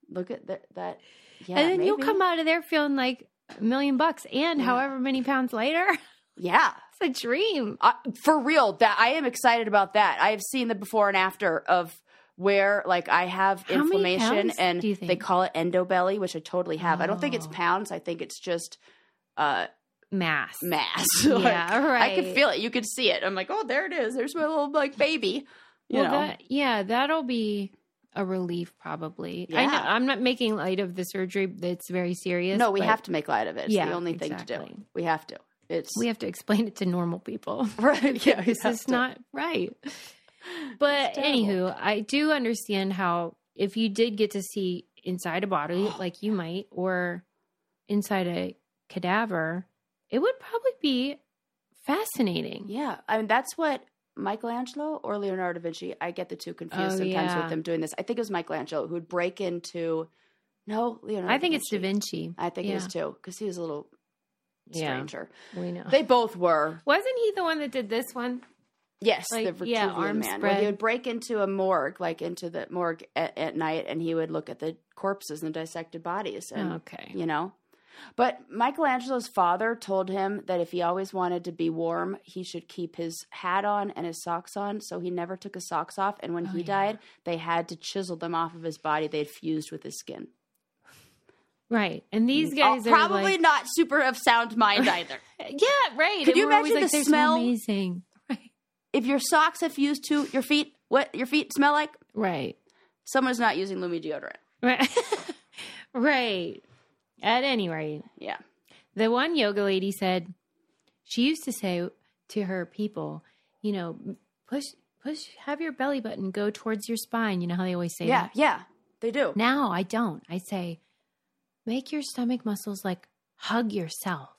Look at that. That. Yeah.
and then you'll
maybe.
come out of there feeling like a million bucks and
Yeah.
however many pounds later.
Yeah.
it's a dream.
I, for real, that I am excited about that. I have seen the before and after of where like I have
How many
inflammation
pounds
and
do you
they
think?
call it endobelly, which I totally have. I don't think it's
Oh.
pounds. I think it's just uh
Mass.
mass.
Yeah,
Like, I could
right.
feel it. You could see it. I'm like, oh, there it is. There's my little like baby. You
well,
know,
that, yeah, that'll be a relief probably. I know,
Yeah.
I'm not making light of the surgery that's very serious.
no, we
but
have to make light of it. It's the
Yeah,
only thing to do.
exactly.
We have to. It's
We have to explain it to normal people.
right. Yeah, we
this
have
is
to.
not right. But
terrible.
anywho, I do understand how if you did get to see inside a body, like you might, or inside a cadaver, it would probably be fascinating.
Yeah, I mean that's what Michelangelo or Leonardo da Vinci. I get the two confused
Oh,
sometimes
yeah.
with them doing this. I think it was Michelangelo who'd break into. No, Leonardo.
I think
da
it's Da Vinci.
I think it was
Yeah.
too because he was a little stranger.
We know.
They both were.
Wasn't he the one that did this one?
Yes,
Like,
the
yeah,
Vitruvian
arms
man. Where he
spread.
would break into a morgue, like into the morgue at, at night, and he would look at the corpses and the dissected bodies. And
Okay.
you know. But Michelangelo's father told him that if he always wanted to be warm, he should keep his hat on and his socks on. So he never took his socks off. And when
Oh,
he
yeah.
died, they had to chisel them off of his body. They had fused with his skin.
Right. And these guys
Oh,
are
probably
like,
not super of sound mind either.
Yeah, right.
Could
And
you
we're always
imagine the
"They're so
smell?"
amazing. Right.
if your socks have fused to your feet, what your feet smell like,
Right.
someone's not using Lumi deodorant.
Right. right. At any rate,
Yeah.
the one yoga lady said she used to say to her people, you know, push, push, have your belly button go towards your spine. You know how they always say
Yeah.
that?
Yeah. They do.
Now I don't. I say, make your stomach muscles like hug yourself.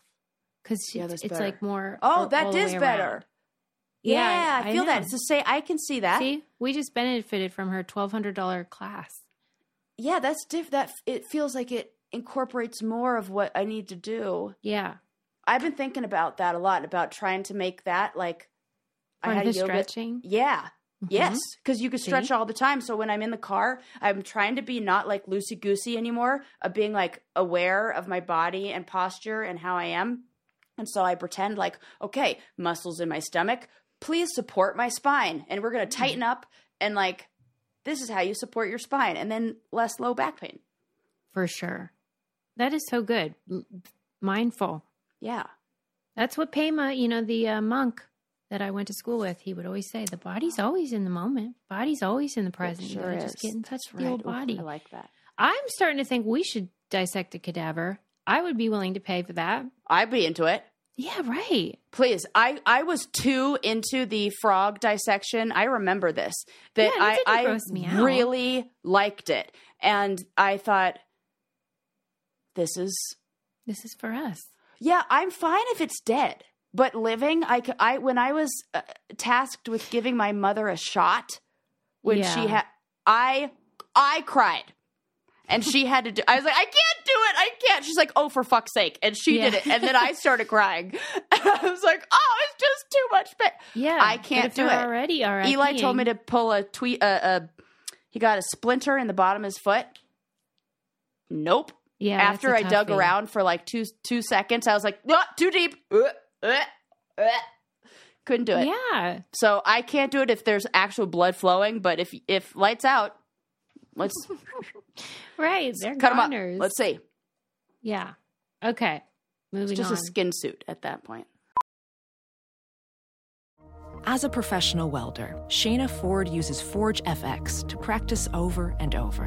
Cause
Yeah,
it's,
that's
it's
better.
like more.
Oh,
all- all
that
the
is
way around.
better. Yeah. I, feel
know.
that. It's the same. I can see that.
See, we just benefited from her $1,200 class.
yeah that's diff that f- it feels like it incorporates more of what i need to do
Yeah.
i've been thinking about that a lot about trying to make that like i
Part
had
of
a
the
yoga
stretching.
yeah yes because you can
Mm-hmm. See?
stretch all the time so when i'm in the car i'm trying to be not like loosey goosey anymore of being like aware of my body and posture and how i am and so i pretend like okay muscles in my stomach please support my spine and we're going
Mm-hmm.
to tighten up and like this is how you support your spine and then less low back pain
For sure. That is so good. L- Mindful.
Yeah.
That's what Pema, you know, the uh, monk that I went to school with, he would always say, the body's always in the moment. Body's always in the present. You gotta just get in touch with the old body.
I like that.
I'm starting to think we should dissect a cadaver. I would be willing to pay for that.
I'd be into it.
Yeah, right.
Please. I, I was too into the frog dissection. I remember this. That
Yeah, that didn't
I,
gross me
I
out.
really liked it. And I thought, this is
This is for us.
Yeah, I'm fine if it's dead. But living, I, c- I- when I was uh, tasked with giving my mother a shot when she
Yeah.
had, I I cried. And she had to do I was like, I can't do it. I can't. She's like, oh, for fuck's sake. And she did
Yeah.
it. And then I started crying. And I was like, oh, it's just too much pain.
Yeah,
I
but
can't
if
do
they're
it.
already. All right,
Eli told me to pull a tweet. Uh, uh, he got a splinter in the bottom of his foot. Nope.
Yeah, that's
After
a
I dug
toughie.
around for like two two seconds, I was like, "Ah, too deep. Uh, uh, uh." Couldn't do it.
Yeah,
So I can't do it if there's actual blood flowing. But if if lights out, let's
right. They're
cut them up.
goners.
Let's see.
Yeah. Okay.
It's
Moving
just
on.
a skin suit at that point.
As a professional welder, Shayna Ford uses Forge FX to practice over and over,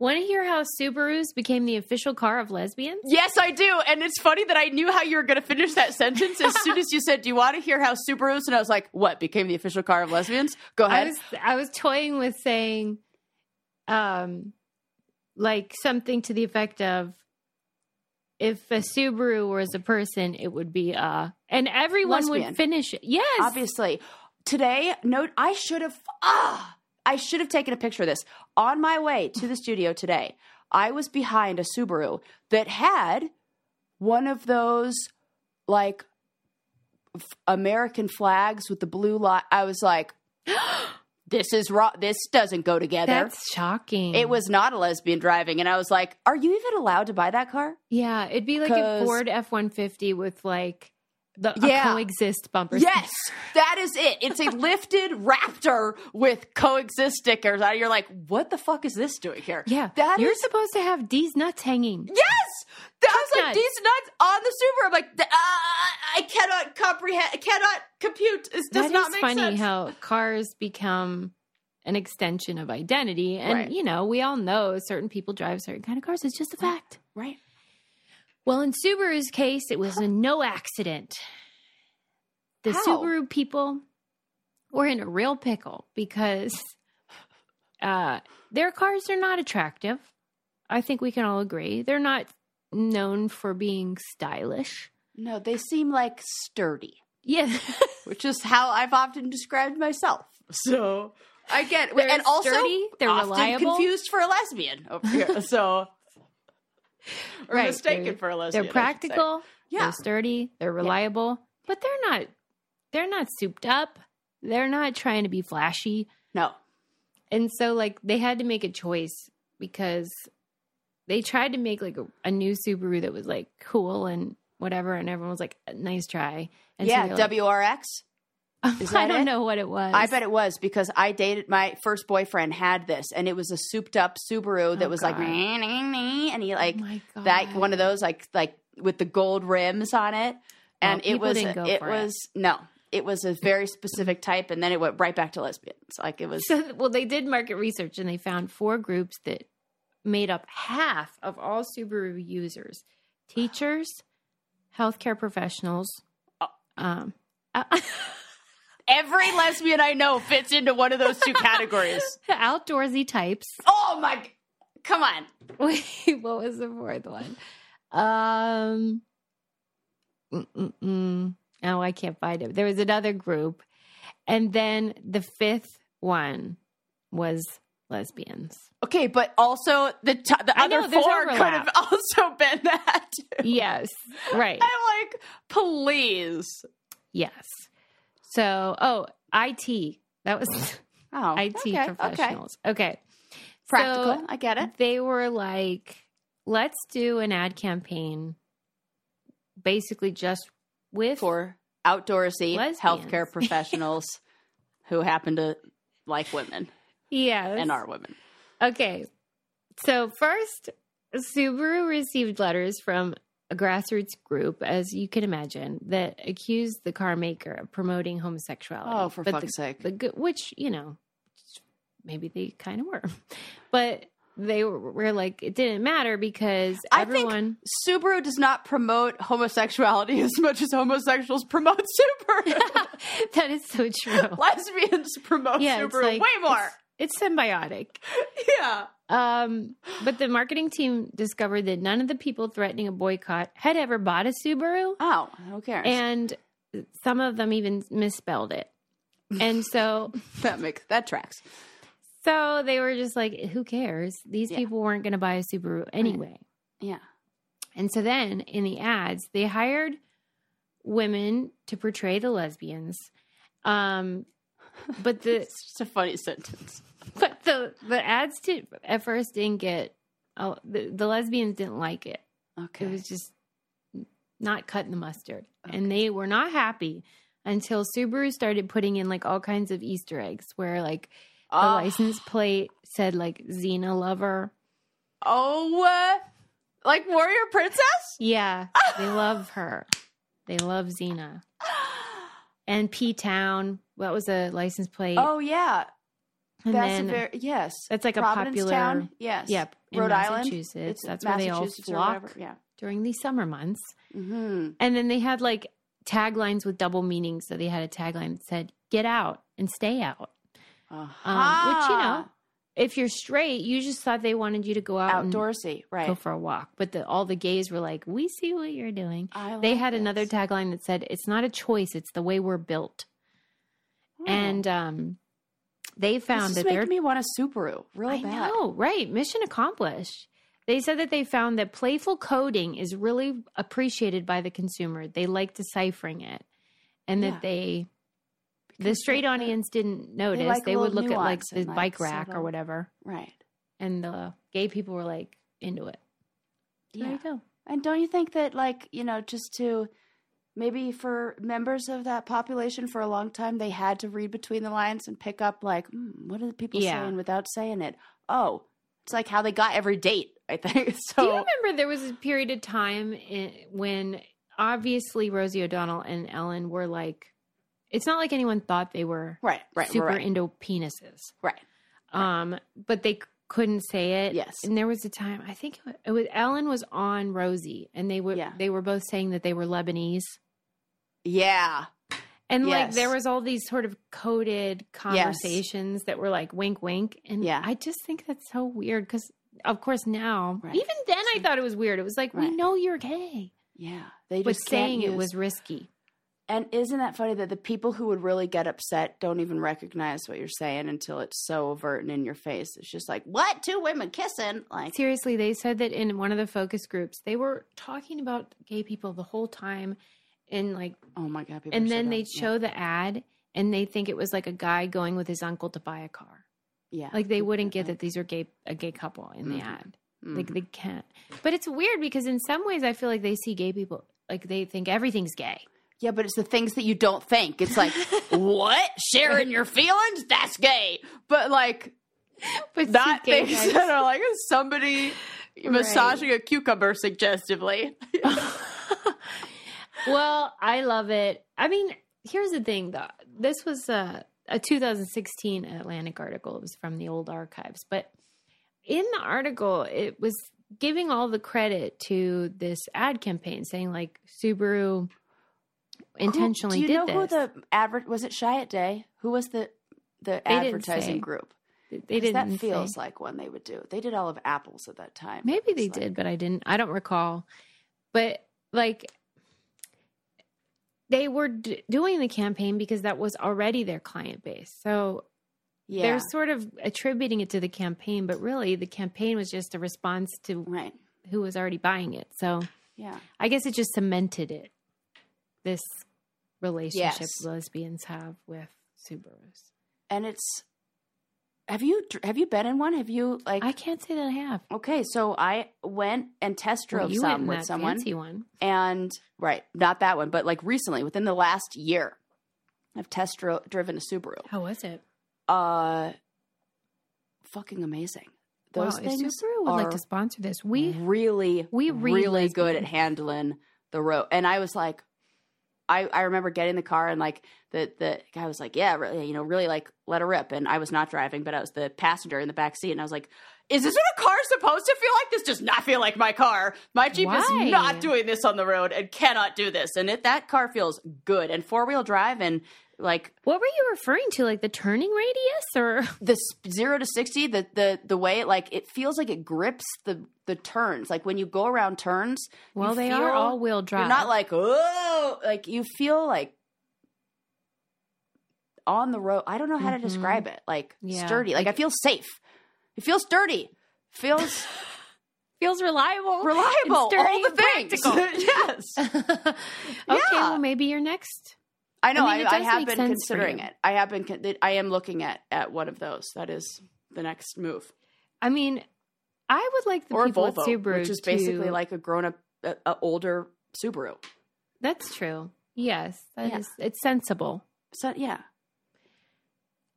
Want to hear how Subarus became the official car of lesbians?
Yes, I do. And it's funny that I knew how you were going to finish that sentence as soon as you said, "Do you want to hear how Subarus?" And I was like, "What became the official car of lesbians?" Go
I
ahead.
was I was toying with saying, um, like something to the effect of, if a Subaru was a person, it would be uh, and everyone
Lesbian.
would finish it. Yes,
obviously today no i should have ah i should have taken a picture of this on my way to the studio today i was behind a subaru that had one of those like f- american flags with the blue light i was like this is wrong this doesn't go together
that's shocking.
it was not a lesbian driving and i was like are you even allowed to buy that car
yeah. It'd be like
'Cause-
a Ford F one fifty with like the a
Yeah.
coexist bumper.
Yes, that is it. It's a lifted Raptor with coexist stickers. on it. You're like, what the fuck is this doing here?
Yeah,
that
you're
is-
supposed to have these nuts hanging.
yes. That was
Cock
like
nuts.
these nuts on the super. I'm like, th- uh, I cannot comprehend. I cannot compute. This does
That
not
is
make
funny
sense.
how cars become an extension of identity and
Right.
you know we all know certain people drive certain kind of cars it's just a fact
right.
well in subaru's case it was a no accident the
How?
subaru people were in a real pickle because uh, their cars are not attractive i think we can all agree they're not known for being stylish
No, they seem like sturdy,
yeah
which is how I've often described myself. So I get,
They're
and also
sturdy, they're
often
reliable.
confused for a lesbian over here. So. Or
Right,
mistaken
they're-
for a lesbian. I
they're
should say.
practical
Yeah.
they're sturdy they're reliable but they're not they're not souped up they're not trying to be flashy
No.
and so like they had to make a choice because they tried to make like a, a new subaru that was like cool and whatever and everyone was like nice try and so
yeah,
they're like-
WRX. is that
i don't
it?
know what it was
I bet it was because I dated my first boyfriend had this, and it was a souped up Subaru that
Oh,
was like,
God.
"Nee, nee, nee," and he like
Oh my God.
that one of those like like with the gold rims on it, and it
people
was
didn't go
it
for it.
was no, it was a very specific type, and then it went right back to lesbians. Like it was
So, well, they did market research and they found four groups that made up half of all Subaru users teachers, healthcare professionals. Um, uh,
every lesbian I know fits into one of those two categories.
outdoorsy types.
Oh my, g- come on,
Wait, what was the fourth one? Um, mm-mm-mm. oh, I can't find it. There was another group, and then the fifth one was lesbians.
okay, but also the t- the
I
other
know, there's
four could have
overlap.
also been that. too.
Yes, right.
I'm like, please.
Yes. So, oh, IT. That was
Oh,
IT
okay,
professionals. Okay.
Practical.
So
I get it.
they were like, let's do an ad campaign basically just with
For outdoorsy
Lesbians.
healthcare professionals who happen to like women
Yeah.
and are women.
Okay. So, first, Subaru received letters from a grassroots group, as you can imagine, that accused the car maker of promoting homosexuality.
Oh, for
But the-
fuck's sake.
The good, which, you know, maybe they kind of were. But they were, were like, it didn't matter because
I think-
everyone.
Subaru does not promote homosexuality as much as homosexuals promote Subaru.
that is so true.
Lesbians promote
yeah. it's
Subaru
like-
way more.
It's, it's symbiotic.
Yeah.
Um, but the marketing team discovered that none of the people threatening a boycott had ever bought a Subaru.
Oh, who cares?
and some of them even misspelled it. And so
that makes that tracks.
so they were just like who cares? These
Yeah.
people weren't going to buy a Subaru anyway.
Yeah.
And so then in the ads, they hired women to portray the lesbians. Um but the
It's just a funny sentence.
but the the ads did at first didn't get oh the, the lesbians didn't like it.
Okay.
It was just not cutting the mustard. And they were not happy until Subaru started putting in like all kinds of Easter eggs where like the
Oh.
license plate said like Xena lover.
Oh, uh, like warrior princess?
Yeah, they love her. They love Xena. And P Town, what was a license plate?
Oh yeah,
and
that's
then
a very yes.
that's like a
Providence
popular-
town. Yes.
Yep, in
Rhode Island.
Massachusetts. That's where they all
Massachusetts or whatever,
flock.
Yeah.
during the summer months.
hmm
And then they had like taglines with double meaning. So they had a tagline that said, get out and stay out. Um, which, you
Ah.
know, if you're straight, you just thought they wanted you to go out and
outdoorsy, right?
um, go for a walk. But the, all the gays were like, we see what you're doing.
I
they
like
had another
this.
tagline that said, it's not a choice, it's the way we're built.
Hmm.
And um, they
Oh, this
found
is
that they're.
making me want a Subaru real
I
bad.
know, right? Mission accomplished. They said that they found that playful coding is really appreciated by the consumer. They like deciphering it, and
Yeah.
that they, the
Because
straight
they're-
audience didn't notice. They,
like
would
little
look at like
nuance
the
and, like,
bike rack or
subtle-
whatever,
Right.
and the gay people were like into it. So
Yeah.
There you go.
And don't you think that, like, you know, just to maybe for members of that population for a long time, they had to read between the lines and pick up, like, mm, what are the people
Yeah.
saying without saying it? Oh, it's like how they got every date, I think.
Do you
So,
remember there was a period of time in, when obviously Rosie O'Donnell and Ellen were like, it's not like anyone thought they were
right, right,
super
right,
into penises.
right.
um but they c- couldn't say it
Yes.
and there was a time i think it wa- it was ellen was on rosie and they were
Yeah.
they were both saying that they were lebanese
Yeah.
and like
Yes.
there was all these sort of coded conversations that were like wink wink and
Yeah.
i just think that's so weird because of course now
Right.
even then i thought it was weird it was like
Right.
we know you're gay
Yeah. They
but
just can't
saying it
use-
was risky
And isn't that funny that the people who would really get upset don't even recognize what you're saying until it's so overt and in your face? It's just like, what? Two women kissing? Like,
Seriously, they said that in one of the focus groups, they were talking about gay people the whole time and like
oh my God. People are
and
so
then
dumb.
they'd
Yeah.
show the ad and they think it was like a guy going with his uncle to buy a car
Yeah.
like they wouldn't
Right.
get that these are gay a gay couple in the
Mhm.
ad like they can't but it's weird because in some ways i feel like they see gay people like they think everything's gay
Yeah, but it's the things that you don't think. It's like, what? Sharing your feelings? That's gay. But like
but
not
see gay
things
guys-
that are like somebody massaging a cucumber suggestively.
well i love it i mean here's the thing though this was a, a 2016 atlantic article it was from the old archives but in the article it was giving all the credit to this ad campaign saying like subaru intentionally
Do you
did
know
this
who the advert was it Shiat Day? Who was the the
didn't
advertising
say.
group?
they
'Cause
didn't
that feels
say.
like one they would do. They did all of apples at that time.
maybe they
It's like-
did but i didn't i don't recall but like they were d- doing the campaign because that was already their client base so
Yeah.
they're sort of attributing it to the campaign, but really the campaign was just a response to
right.
who was already buying it. So
Yeah.
I guess it just cemented it. This relationship
Yes.
lesbians have with Subarus.
And it's have you have you been in one? Have you like
I can't say that I have.
Okay, so I went and test
Well,
drove
you went
some
in
with
that
someone.
fancy one.
and right, not that one, but like recently, within the last year. I've test dro- driven a Subaru.
How was it?
Uh, fucking amazing. Those
wow, if
things
Subaru would
are
like to sponsor this. We
really,
we read
really
lesbian.
good at handling the road. And I was like, I, I remember getting in the car and like the the guy was like, yeah, really, you know, really like let her rip. And I was not driving, but I was the passenger in the back seat, and I was like. Is this what a car is supposed to feel like? This does not feel like my car. My Jeep
Why?
is not doing this on the road and cannot do this. And it, that car feels good and four wheel drive and like
what were you referring to? Like the turning radius, or
the sp- zero to sixty, the the the way it like it feels like it grips the the turns. Like when you go around turns, you
well, they
feel-
are all wheel drive.
You're not like oh, like you feel like on the road. I don't know how
Mhm.
to describe it. Like
Yeah.
sturdy. Like I feel safe. It feels sturdy. Feels
feels reliable,
reliable.
and sturdy
All the
and
things.
practical.
yes.
okay,
Yeah.
well maybe your next.
I know.
I
I,
mean, it
I,
does
have
make
been
sense for
considering
you.
it. I have been. Con- I am looking at at one of those. That is the next move.
I mean, I would like the
or
people
Volvo,
at Subaru,
which is basically
to-
like a grown up, a, a older Subaru.
that's true. Yes, that is.
Yeah.
it's sensible.
So yeah,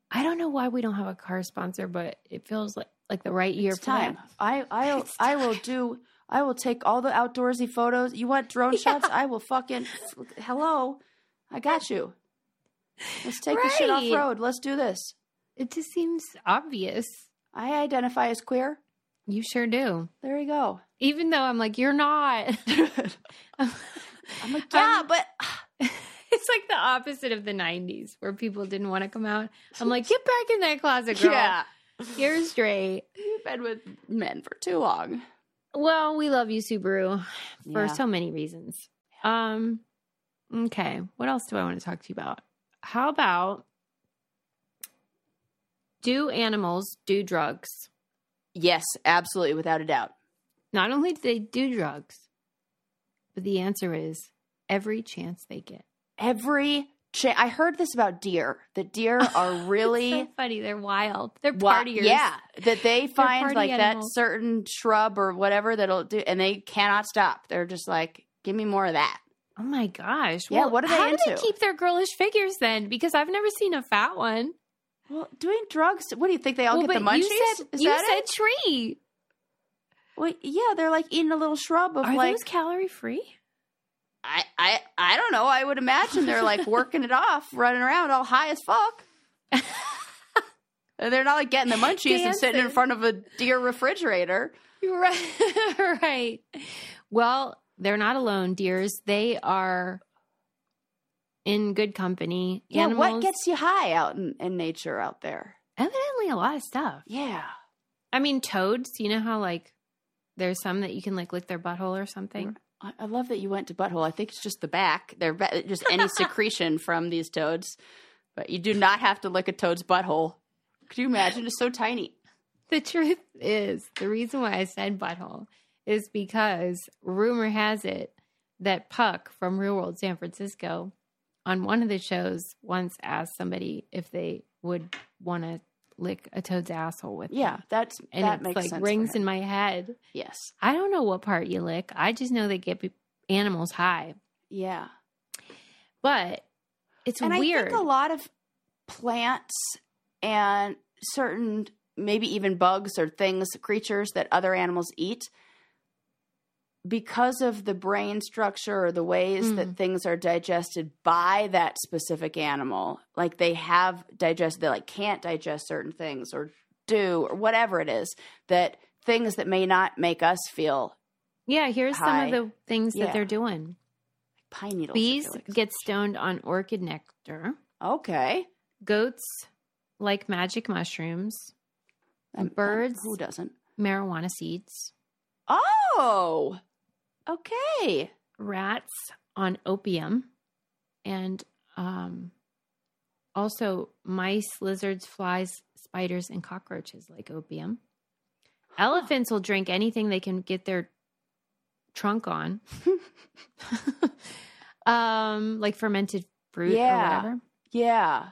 I don't know why we don't have a car sponsor, but it feels like like the right year
it's
for
time.
that.
I I
It's
I will do. I will take all the outdoorsy photos. You want drone shots? I will fucking hello. I got you. Let's take this shit off
Right.
road. Let's do this.
It just seems obvious.
I identify as queer.
You sure do.
There you go.
Even though I'm like, you're not.
I'm like, yeah, but
it's like the opposite of the 90s where people didn't want to come out. I'm like, get back in that closet, girl.
yeah,
You're straight.
you've been with men for too long.
Well, we love you, Subaru, for
Yeah.
so many reasons. Um, okay. What else do I want to talk to you about? How about do animals do drugs?
Yes, absolutely, without a doubt.
Not only do they do drugs, but the answer is every chance they get.
Every cha- I heard this about deer. That deer are really
It's so funny. They're wild. They're
Why-
partiers.
Yeah, that they find
party
like
animals.
that certain shrub or whatever that'll do, and they cannot stop. They're just like, give me more of that.
Oh my gosh.
Yeah, what are they
how do they
into?
keep their girlish figures then? Because I've never seen a fat one.
Well, doing drugs. What do you think they all
Well,
get the
but
munchies?
You said,
Is
you
that
said
it?
tree.
Well, yeah, they're like eating a little shrub of
Are
like.
those calorie free?
I, I I don't know. I would imagine they're like working it off, running around all high as fuck. And they're not like getting the munchies and sitting in
Dancing.
front of a deer refrigerator.
You're right. right. Well, they're not alone, dears. They are in good company.
Yeah, what
Animals-
gets you high out in, in nature out there?
evidently a lot of stuff.
Yeah.
I mean, toads. You know how like there's some that you can like lick their butthole or something.
I I love that you went to butthole. I think it's just the back. They're ba- just any secretion from these toads, but you do not have to lick a toad's butthole. Could you imagine? It's so tiny.
The truth is, the reason why I said butthole is because rumor has it that Puck from Real World San Francisco on one of the shows once asked somebody if they would want to lick a toad's asshole with them.
Yeah, that's
and
that
it's
makes
like
sense.
rings
for
in
him.
my head.
yes,
I don't know what part you lick. I just know they get pe- animals high,
yeah,
but it's
and
weird.
I think a lot of plants and certain maybe even bugs or things, creatures that other animals eat, because of the brain structure or the ways
Hmm.
that things are digested by that specific animal, like they have digest, they like can't digest certain things or do or whatever it is that things that may not make us feel
yeah, here's
High.
some of the things that
Yeah.
they're doing.
pine needles. I feel
Bees
like.
get stoned on orchid nectar.
okay.
Goats like magic mushrooms,
Um,
birds.
Who doesn't?
marijuana seeds,
Oh, okay.
rats on opium, and um, also mice, lizards, flies, spiders, and cockroaches like opium. Elephants will drink anything they can get their trunk on, um, like fermented fruit
Yeah.
or whatever.
Yeah.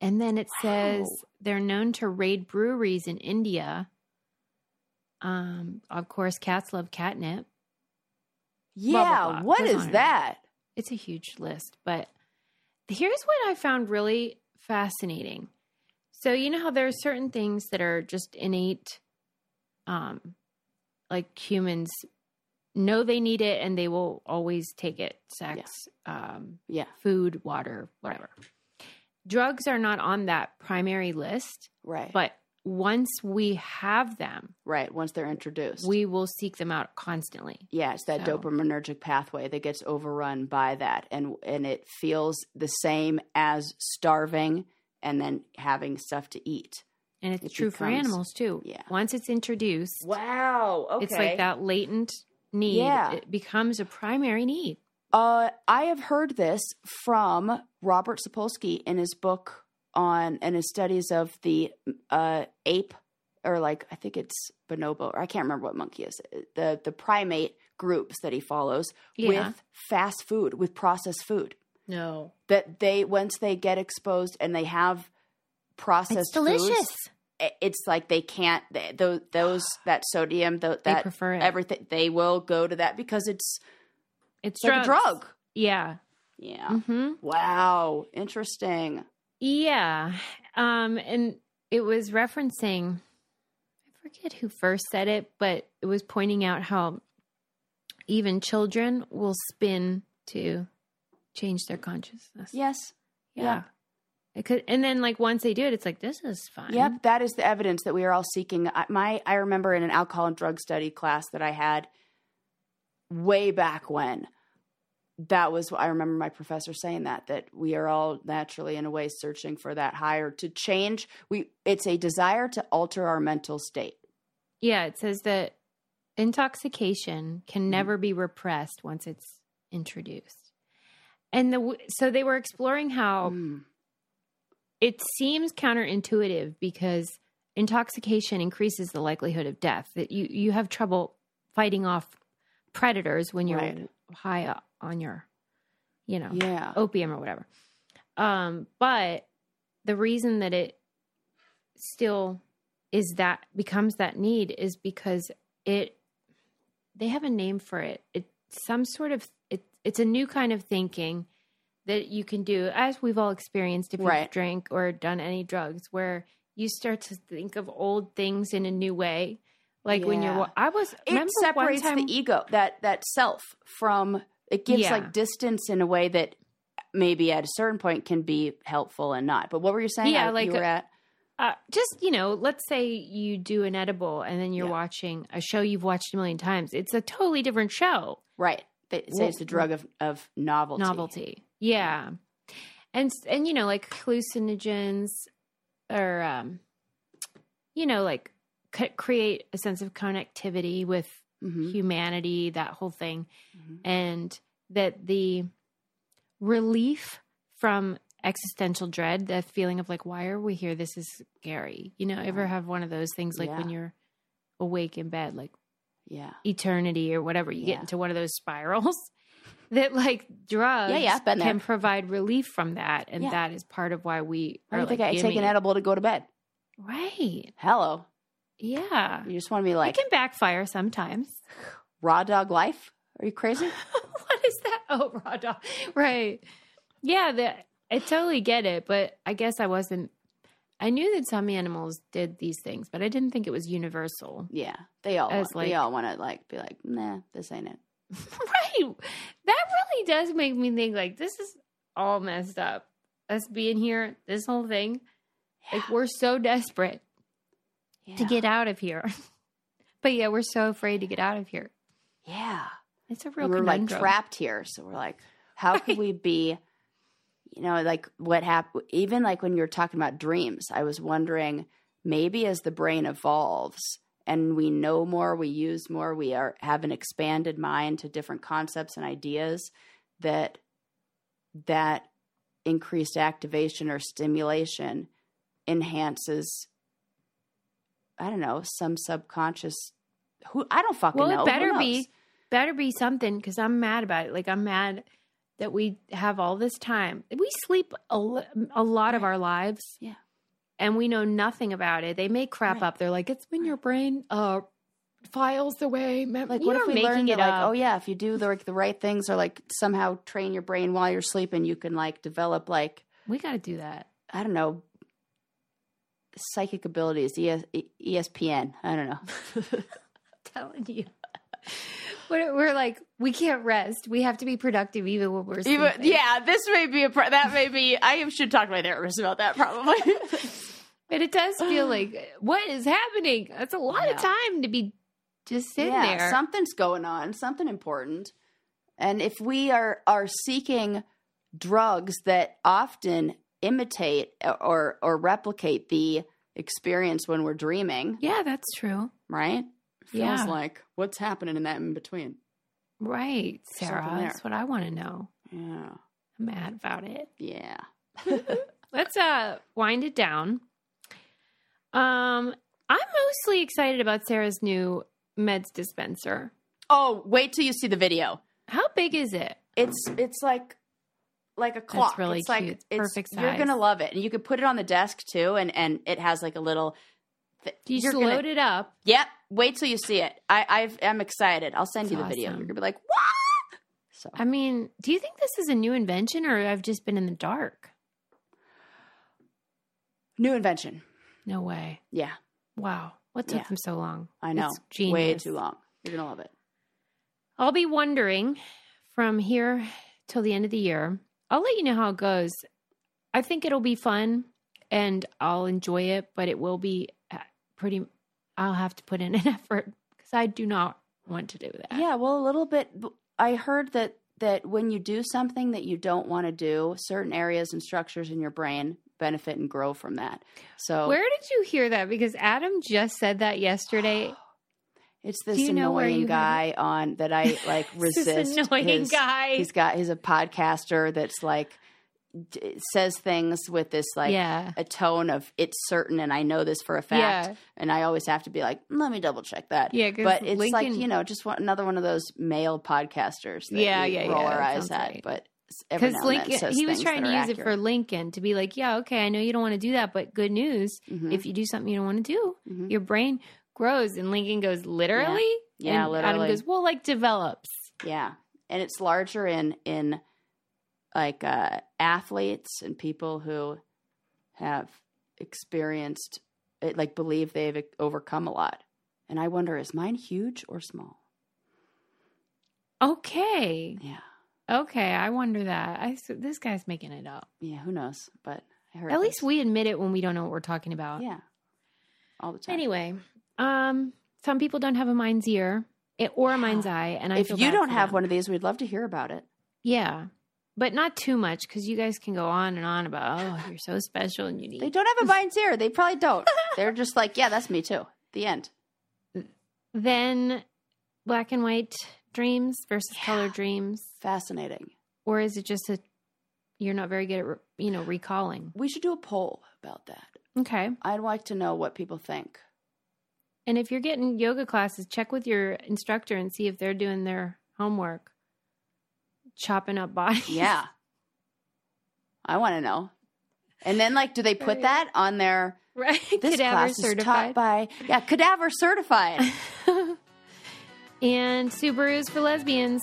And then it says
Wow.
they're known to raid breweries in India. Um, of course, cats love catnip.
Yeah.
blah, blah.
What
Goes
is
on and on.
that?
It's a huge list, but Here's what I found really fascinating. So you know how there are certain things that are just innate, um, like humans know they need it and they will always take it. Sex, um,
Yeah.
food, water, whatever. Drugs are not on that primary list,
Right.
but once we have them,
right. Once they're introduced.
we will seek them out constantly.
yeah, it's that
So-
dopaminergic pathway that gets overrun by that and and it feels the same as starving and then having stuff to eat.
And it's
It
true for
becomes-
animals too.
yeah.
Once it's introduced,
Wow.
it's like that latent need.
Yeah.
It becomes a primary need.
Uh, I have heard this from Robert Sapolsky in his book on and his studies of the uh, ape, or like I think it's bonobo, or I can't remember what monkey is the the primate groups that he follows
Yeah.
with fast food, with processed food.
No.
That they once they get exposed and they have processed,
It's delicious.
Foods, i- it's like they can't th those, those that sodium, tho-
They
that
prefer it.
everything. They will go to that because it's,
It's
it's like a
drugs.
drug. Ah.
Yeah.
Yeah.
hmm
Wow, interesting.
Yeah. Um, and it was referencing, I forget who first said it, but it was pointing out how even children will spin to change their consciousness.
Yes.
Yeah.
yeah.
It could, and then like once they do it, it's like, this is fun.
Yep, that is the evidence that we are all seeking. I, my I remember in an alcohol and drug study class that I had way back when. That was I remember my professor saying that that we are all naturally in a way searching for that higher to change. We it's a desire to alter our mental state.
Yeah, it says that intoxication can
Mm-hmm.
never be repressed once it's introduced. And the w- so they were exploring how
Mm.
it seems counterintuitive because intoxication increases the likelihood of death. That you you have trouble fighting off predators when you're
Right.
high o- on your you know
Yeah.
opium or whatever. Um, but the reason that it still is that becomes that need is because it they have a name for it. It some sort of it, it's a new kind of thinking that you can do as we've all experienced if
Right.
you've drank or done any drugs where you start to think of old things in a new way. Like when you're,
Yeah.
wa- I was
it
remember
separates
one time,
the ego that that self from it gives
Yeah.
like distance in a way that maybe at a certain point can be helpful and not but what were you saying
Yeah,
I-
like
you were
a-
at
Uh, just you know, let's say you do an edible and then you're
Yeah.
watching a show you've watched a million times. It's a totally different show,
right they say it's the drug of, of novelty
novelty, yeah. And s- and you know, like hallucinogens or um, you know, like c- create a sense of connectivity with
Mhm.
humanity, that whole thing,
Mm-hmm.
and that the relief from existential dread, the feeling of like, why are we here? This is scary. You know, ever have one of those things like when
Yeah.
you're awake in bed, like
yeah
eternity or whatever, you
Yeah.
get into one of those spirals that like drugs
Yeah, yeah, been there.
can provide relief from that. And
Yeah.
that is part of why we
I
are
don't
like,
think I take an
gimme-
edible to go to bed
Right.
hello
Yeah.
you just want to be like
it can backfire sometimes.
raw dog life are you crazy
what is that? Oh, raw dog. Right. Yeah, the, I totally get it, but I guess I wasn't. I knew that some animals did these things, but I didn't think it was universal.
yeah they all
As
want, they
like-
all want to like be like nah this ain't it
right. That really does make me think like this is all messed up. Us being here, this whole thing. Like we're so desperate to
Yeah.
get out of here. but yeah, we're so afraid to get out of here.
yeah
It's a
And
real
we're like
conundrum.
trapped here. So we're like, how could we be, you know, like what happened? Even like when you were talking about dreams, I was wondering maybe as the brain evolves and we know more, we use more, we are have an expanded mind to different concepts and ideas that that increased activation or stimulation enhances I don't know, some subconscious who I don't fucking
Well,
know. Who
it better
knows?
be better be something because I'm mad about it. Like I'm mad that we have all this time. We sleep a, l- a lot of our lives.
Yeah.
And we know nothing about it. They may crap
Right.
up. They're like, it's when your brain uh
files the way. Mem-
Like,
You
what
are
if we
making
learned that,
it
like,
up.
oh yeah, if you do the, like the right things, or like somehow train your brain while you're sleeping, you can like develop like
We got to do that.
I don't know psychic abilities. E ES- ESPN. I don't know.
telling you. We're, we're like, we can't rest. We have to be productive even when we're sleeping.
Even, yeah, this may be a pro- that may be. I should talk to my therapist about that probably.
But it does feel like, what is happening? That's a lot of
Yeah.
time to be just sitting
yeah,
there.
something's going on, something important. And if we are are seeking drugs that often imitate or or replicate the experience when we're dreaming,
yeah, that's true.
right? Feels
Yeah.
like what's happening in that in between.
Right, Sarah.
something there.
That's what I want to know.
Yeah.
I'm mad about it.
Yeah.
Let's uh wind it down. Um, I'm mostly excited about Sarah's new meds dispenser.
Oh, wait till you see the video.
How big is it?
It's it's like like a clock.
really
it's like
cute.
It's,
Perfect
You're
size.
gonna love it, and you could put it on the desk too, and and it has like a little. Th-
You
you're
just
gonna-
load it up.
Yep. Wait till you see it. I I've, I'm excited. I'll send
It's
you the video.
awesome.
You're gonna be like, what? So
I mean, do you think this is a new invention or I've just been in the dark?
new invention.
No way.
Yeah,
Wow. What took
Yeah.
them so long?
I know.
It's genius.
Way too long. You're gonna love it.
I'll be wondering from here till the end of the year. I'll let you know how it goes. I think it'll be fun and I'll enjoy it, but it will be uh, pretty. I'll have to put in an effort because I do not want to do that.
Yeah. Well, a little bit. I heard that that when you do something that you don't want to do, certain areas and structures in your brain benefit and grow from that. So
Where did you hear that? Because Adam just said that yesterday.
it's this
Do you know where
annoying
you
guy
have
on that I like
This is
resist.
annoying
his-
guy.
He's got he's a podcaster that's like d- says things with this like
yeah.
a tone of it's certain and I know this for a fact.
Yeah.
And I always have to be like, let me double check that.
Yeah, 'cause
But it's like,
Lincoln-
you know, just one, another one of those male podcasters that
Yeah,
we
yeah,
roll
yeah,
our
that
eyes
sounds
at.
right.
But s- every
Because
now and then
Lincoln,
says
he was
things
trying
that
to
are
use it for
accurate.
Lincoln to be like, yeah, okay, I know you don't want to do that, but good news.
Mhm.
If you do something you don't want to do,
Mhm.
your brain grows. And Lincoln goes, literally?
Yeah,
and
literally.
Adam goes, well, like develops.
Yeah. And it's larger in in like uh athletes and people who have experienced it, like believe they've e-, overcome a lot. And I wonder is mine huge or small?
Okay.
Yeah.
Okay. I wonder that. I, s- this guy's making it up.
Yeah, who knows? But I heard
At
this.
least we admit it when we don't know what we're talking about.
Yeah. All the time.
Anyway, um, some people don't have a mind's ear it, or a mind's eye. And I
if
feel
you
bad
don't
for
have
them.
one of these, we'd love to hear about it.
Yeah. But not too much because you guys can go on and on about, oh, you're so special and unique.
They don't have a mind's ear. They probably don't. They're just like, yeah, that's me too. The end.
Then black and white dreams versus color dreams.
Fascinating.
Or is it just a, you're not very good at, re- you know, recalling?
We should do a poll about that.
Okay.
I'd like to know what people think.
And if you're getting yoga classes, check with your instructor and see if they're doing their homework, chopping up bodies.
Yeah. I want to know. And then, like, do they put that on their
right.
this
Cadaver
class is taught
certified.
by yeah cadaver certified?
and Subarus for lesbians.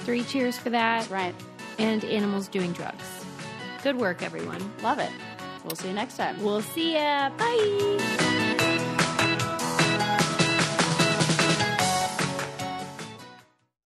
Three cheers for that.
That's right.
And animals doing drugs. Good work, everyone.
Love it. We'll see you next time.
We'll see ya. Bye.